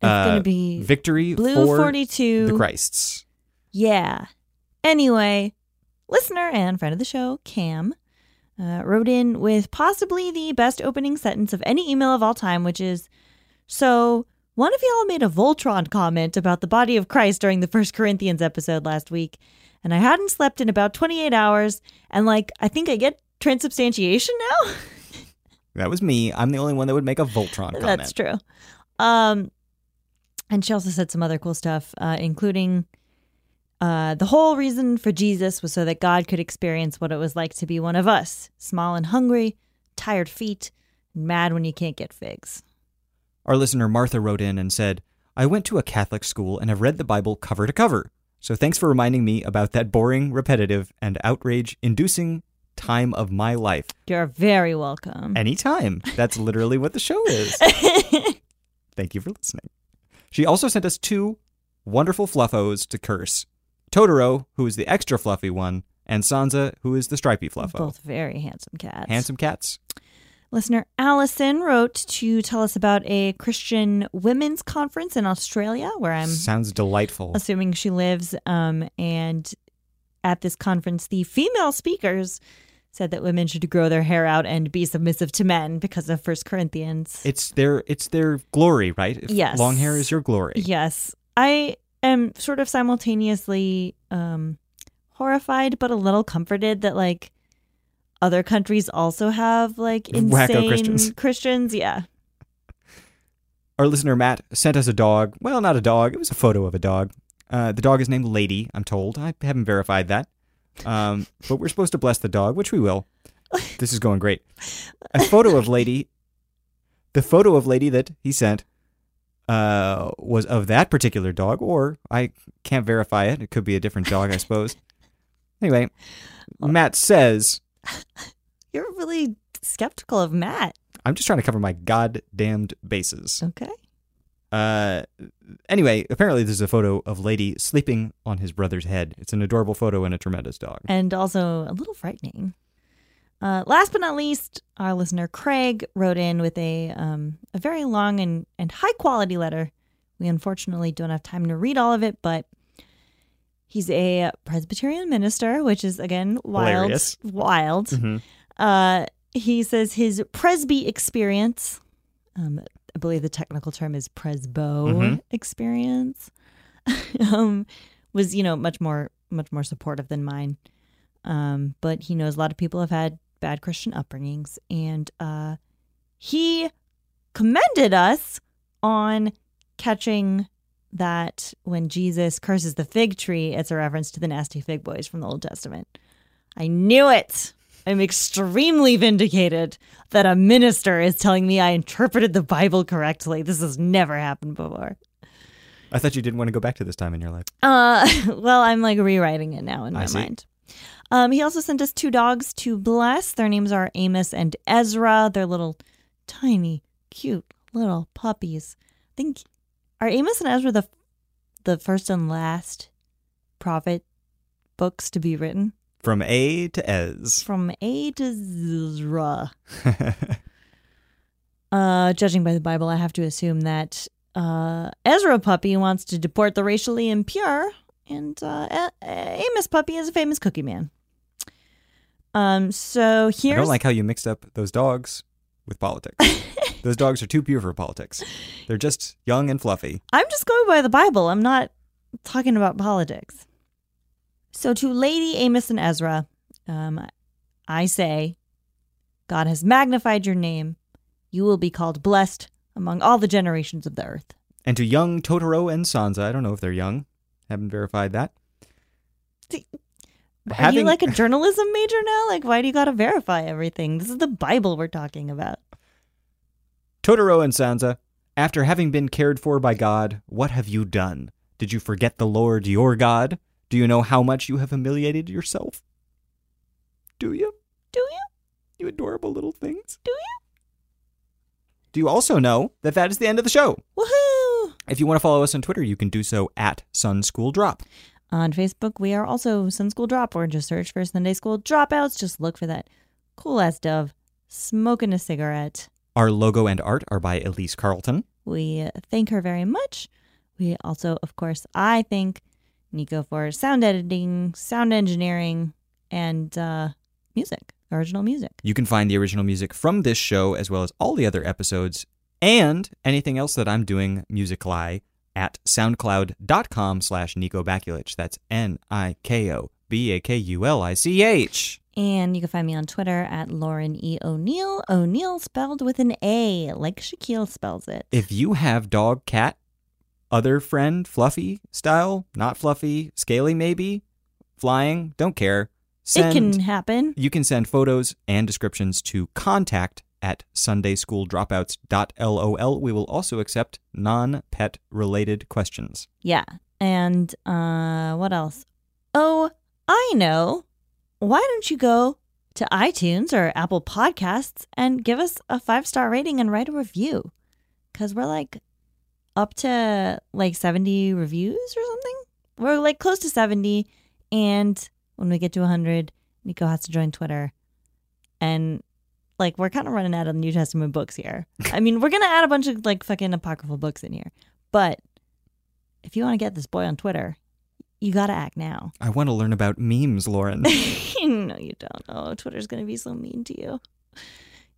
Speaker 1: It's
Speaker 2: uh,
Speaker 1: gonna be
Speaker 2: victory
Speaker 1: Blue
Speaker 2: for
Speaker 1: 42.
Speaker 2: the Christs.
Speaker 1: Yeah. Anyway, listener and friend of the show, Cam, uh, wrote in with possibly the best opening sentence of any email of all time, which is So One of y'all made a Voltron comment about the body of Christ during the First Corinthians episode last week, and I hadn't slept in about 28 hours, and like, I think I get transubstantiation now?
Speaker 2: That was me. I'm the only one that would make a Voltron comment.
Speaker 1: That's true. Um, and she also said some other cool stuff, uh, including uh, the whole reason for Jesus was so that God could experience what it was like to be one of us small and hungry, tired feet, and mad when you can't get figs.
Speaker 2: Our listener Martha wrote in and said, I went to a Catholic school and have read the Bible cover to cover. So thanks for reminding me about that boring, repetitive, and outrage inducing time of my life.
Speaker 1: You're very welcome.
Speaker 2: Anytime. That's literally what the show is. Thank you for listening. She also sent us two wonderful fluffos to curse Totoro, who is the extra fluffy one, and Sansa, who is the stripy fluffo.
Speaker 1: Both very handsome cats.
Speaker 2: Handsome cats.
Speaker 1: Listener Allison wrote to tell us about a Christian women's conference in Australia, where I'm
Speaker 2: Sounds delightful.
Speaker 1: assuming she lives. Um, and at this conference, the female speakers said that women should grow their hair out and be submissive to men because of First Corinthians.
Speaker 2: It's their it's their glory, right? If
Speaker 1: Yes.
Speaker 2: Long hair is your glory.
Speaker 1: Yes, I am sort of simultaneously um, horrified, but a little comforted that like other countries also have like
Speaker 2: Wacko
Speaker 1: insane
Speaker 2: Christians.
Speaker 1: Christians. Yeah,
Speaker 2: Our listener Matt sent us a dog. Well, not a dog. It was a photo of a dog. Uh, the dog is named Lady. I'm told. I haven't verified that, um, but we're supposed to bless the dog, which we will. This is going great. A photo of Lady. The photo of Lady that he sent uh, was of that particular dog, or I can't verify it. It could be a different dog, I suppose. Anyway, Matt says,
Speaker 1: you're really skeptical of Matt.
Speaker 2: "I'm just trying to cover my goddamned bases."
Speaker 1: Okay.
Speaker 2: Uh, anyway, apparently there's a photo of Lady sleeping on his brother's head. It's an adorable photo and a tremendous dog.
Speaker 1: and also a little frightening. Uh, last but not least, our listener Craig wrote in with a um, a very long and, and high quality letter. We unfortunately don't have time to read all of it, but he's a Presbyterian minister, which is again wild,
Speaker 2: Hilarious.
Speaker 1: wild. Uh, he says his presby experience. Um, I believe the technical term is presbo
Speaker 2: Mhm.
Speaker 1: experience. um, was you know much more much more supportive than mine. Um, but he knows a lot of people have had bad Christian upbringings, and uh, he commended us on catching that when Jesus curses the fig tree, it's a reference to the nasty fig boys from the Old Testament. I knew it. I'm extremely vindicated that a minister is telling me I interpreted the Bible correctly. This has never happened before.
Speaker 2: I thought you didn't want to go back to this time in your life.
Speaker 1: Uh, well, I'm like rewriting it now in
Speaker 2: I
Speaker 1: my
Speaker 2: see.
Speaker 1: mind. Um, he also sent us two dogs to bless. Their names are Amos and Ezra. They're little, tiny, cute little puppies. I think are Amos and Ezra the the first and last prophet books to be written
Speaker 2: From A to Ez.
Speaker 1: from A to Zra. Uh, judging by the Bible, I have to assume that uh, Ezra Puppy wants to deport the racially impure, and uh, A- A- Amos Puppy is a famous cookie man. Um, so
Speaker 2: I
Speaker 1: here's
Speaker 2: don't like how you mixed up those dogs with politics. those dogs are too pure for politics. They're just young and fluffy.
Speaker 1: I'm just going by the Bible. I'm not talking about politics. So, to Lady Amos and Ezra, um, I say, God has magnified your name. You will be called blessed among all the generations of the earth.
Speaker 2: And to young Totoro and Sansa, I don't know if they're young. Haven't verified that.
Speaker 1: Are you
Speaker 2: Having-
Speaker 1: like a journalism major now? Like, why do you got to verify everything? This is the Bible we're talking about.
Speaker 2: Totoro and Sansa, after having been cared for by God, what have you done? Did you forget the Lord your God? Do you know how much you have humiliated yourself? Do you?
Speaker 1: Do you?
Speaker 2: You adorable little things.
Speaker 1: Do you?
Speaker 2: Do you also know that that is the end of the show?
Speaker 1: Woohoo!
Speaker 2: If you want to follow us on Twitter, you can do so at Sun School Drop.
Speaker 1: On Facebook, we are also Sun School Drop, or just search for Sunday School Dropouts. Just look for that cool ass dove smoking a cigarette.
Speaker 2: Our logo and art are by Elise Carlton.
Speaker 1: We thank her very much. We also, of course, I thank Nico for sound editing, sound engineering, and uh, music, original music.
Speaker 2: You can find the original music from this show as well as all the other episodes and anything else that I'm doing musically at soundcloud.com slash Nico Bakulich. That's N-I-K-O-B-A-K-U-L-I-C-H.
Speaker 1: And you can find me on Twitter at Lauren E. O'Neill. O'Neill spelled with an A, like Shaquille spells it.
Speaker 2: If you have dog, cat, other friend, fluffy style, not fluffy, scaly maybe, flying, don't care.
Speaker 1: it
Speaker 2: Send,
Speaker 1: can happen.
Speaker 2: You can send photos and descriptions to contact at sundaysschooldropouts.lol. We will also accept non pet related questions.
Speaker 1: Yeah. And uh what else? Oh, I know. Why don't you go to iTunes or Apple Podcasts and give us a five-star rating and write a review? Cuz we're like up to like 70 reviews or something. We're like close to 70 and when we get to 100, Nico has to join Twitter. And like we're kind of running out of New Testament books here. I mean, we're going to add a bunch of like fucking apocryphal books in here. But if you want to get this boy on Twitter, you got to act now.
Speaker 2: I want to learn about memes, Lauren.
Speaker 1: no, you don't. Oh, Twitter's going to be so mean to you.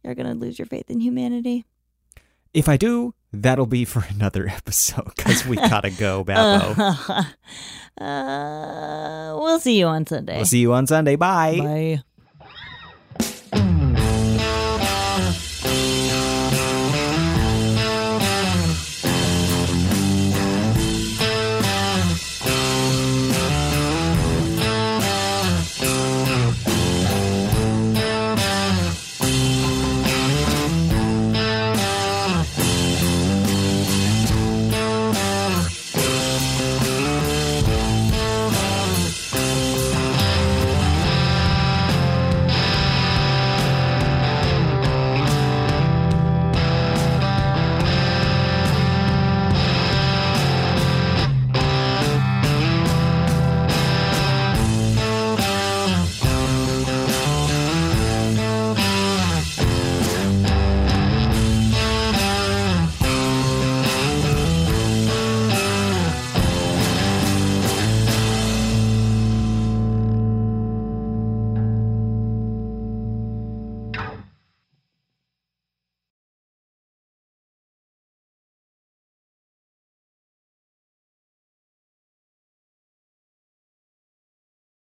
Speaker 1: You're going to lose your faith in humanity.
Speaker 2: if I do, that'll be for another episode because we gotta go, Babbo.
Speaker 1: Uh-huh. Uh, uh, we'll see you on Sunday.
Speaker 2: We'll see you on Sunday.
Speaker 1: Bye.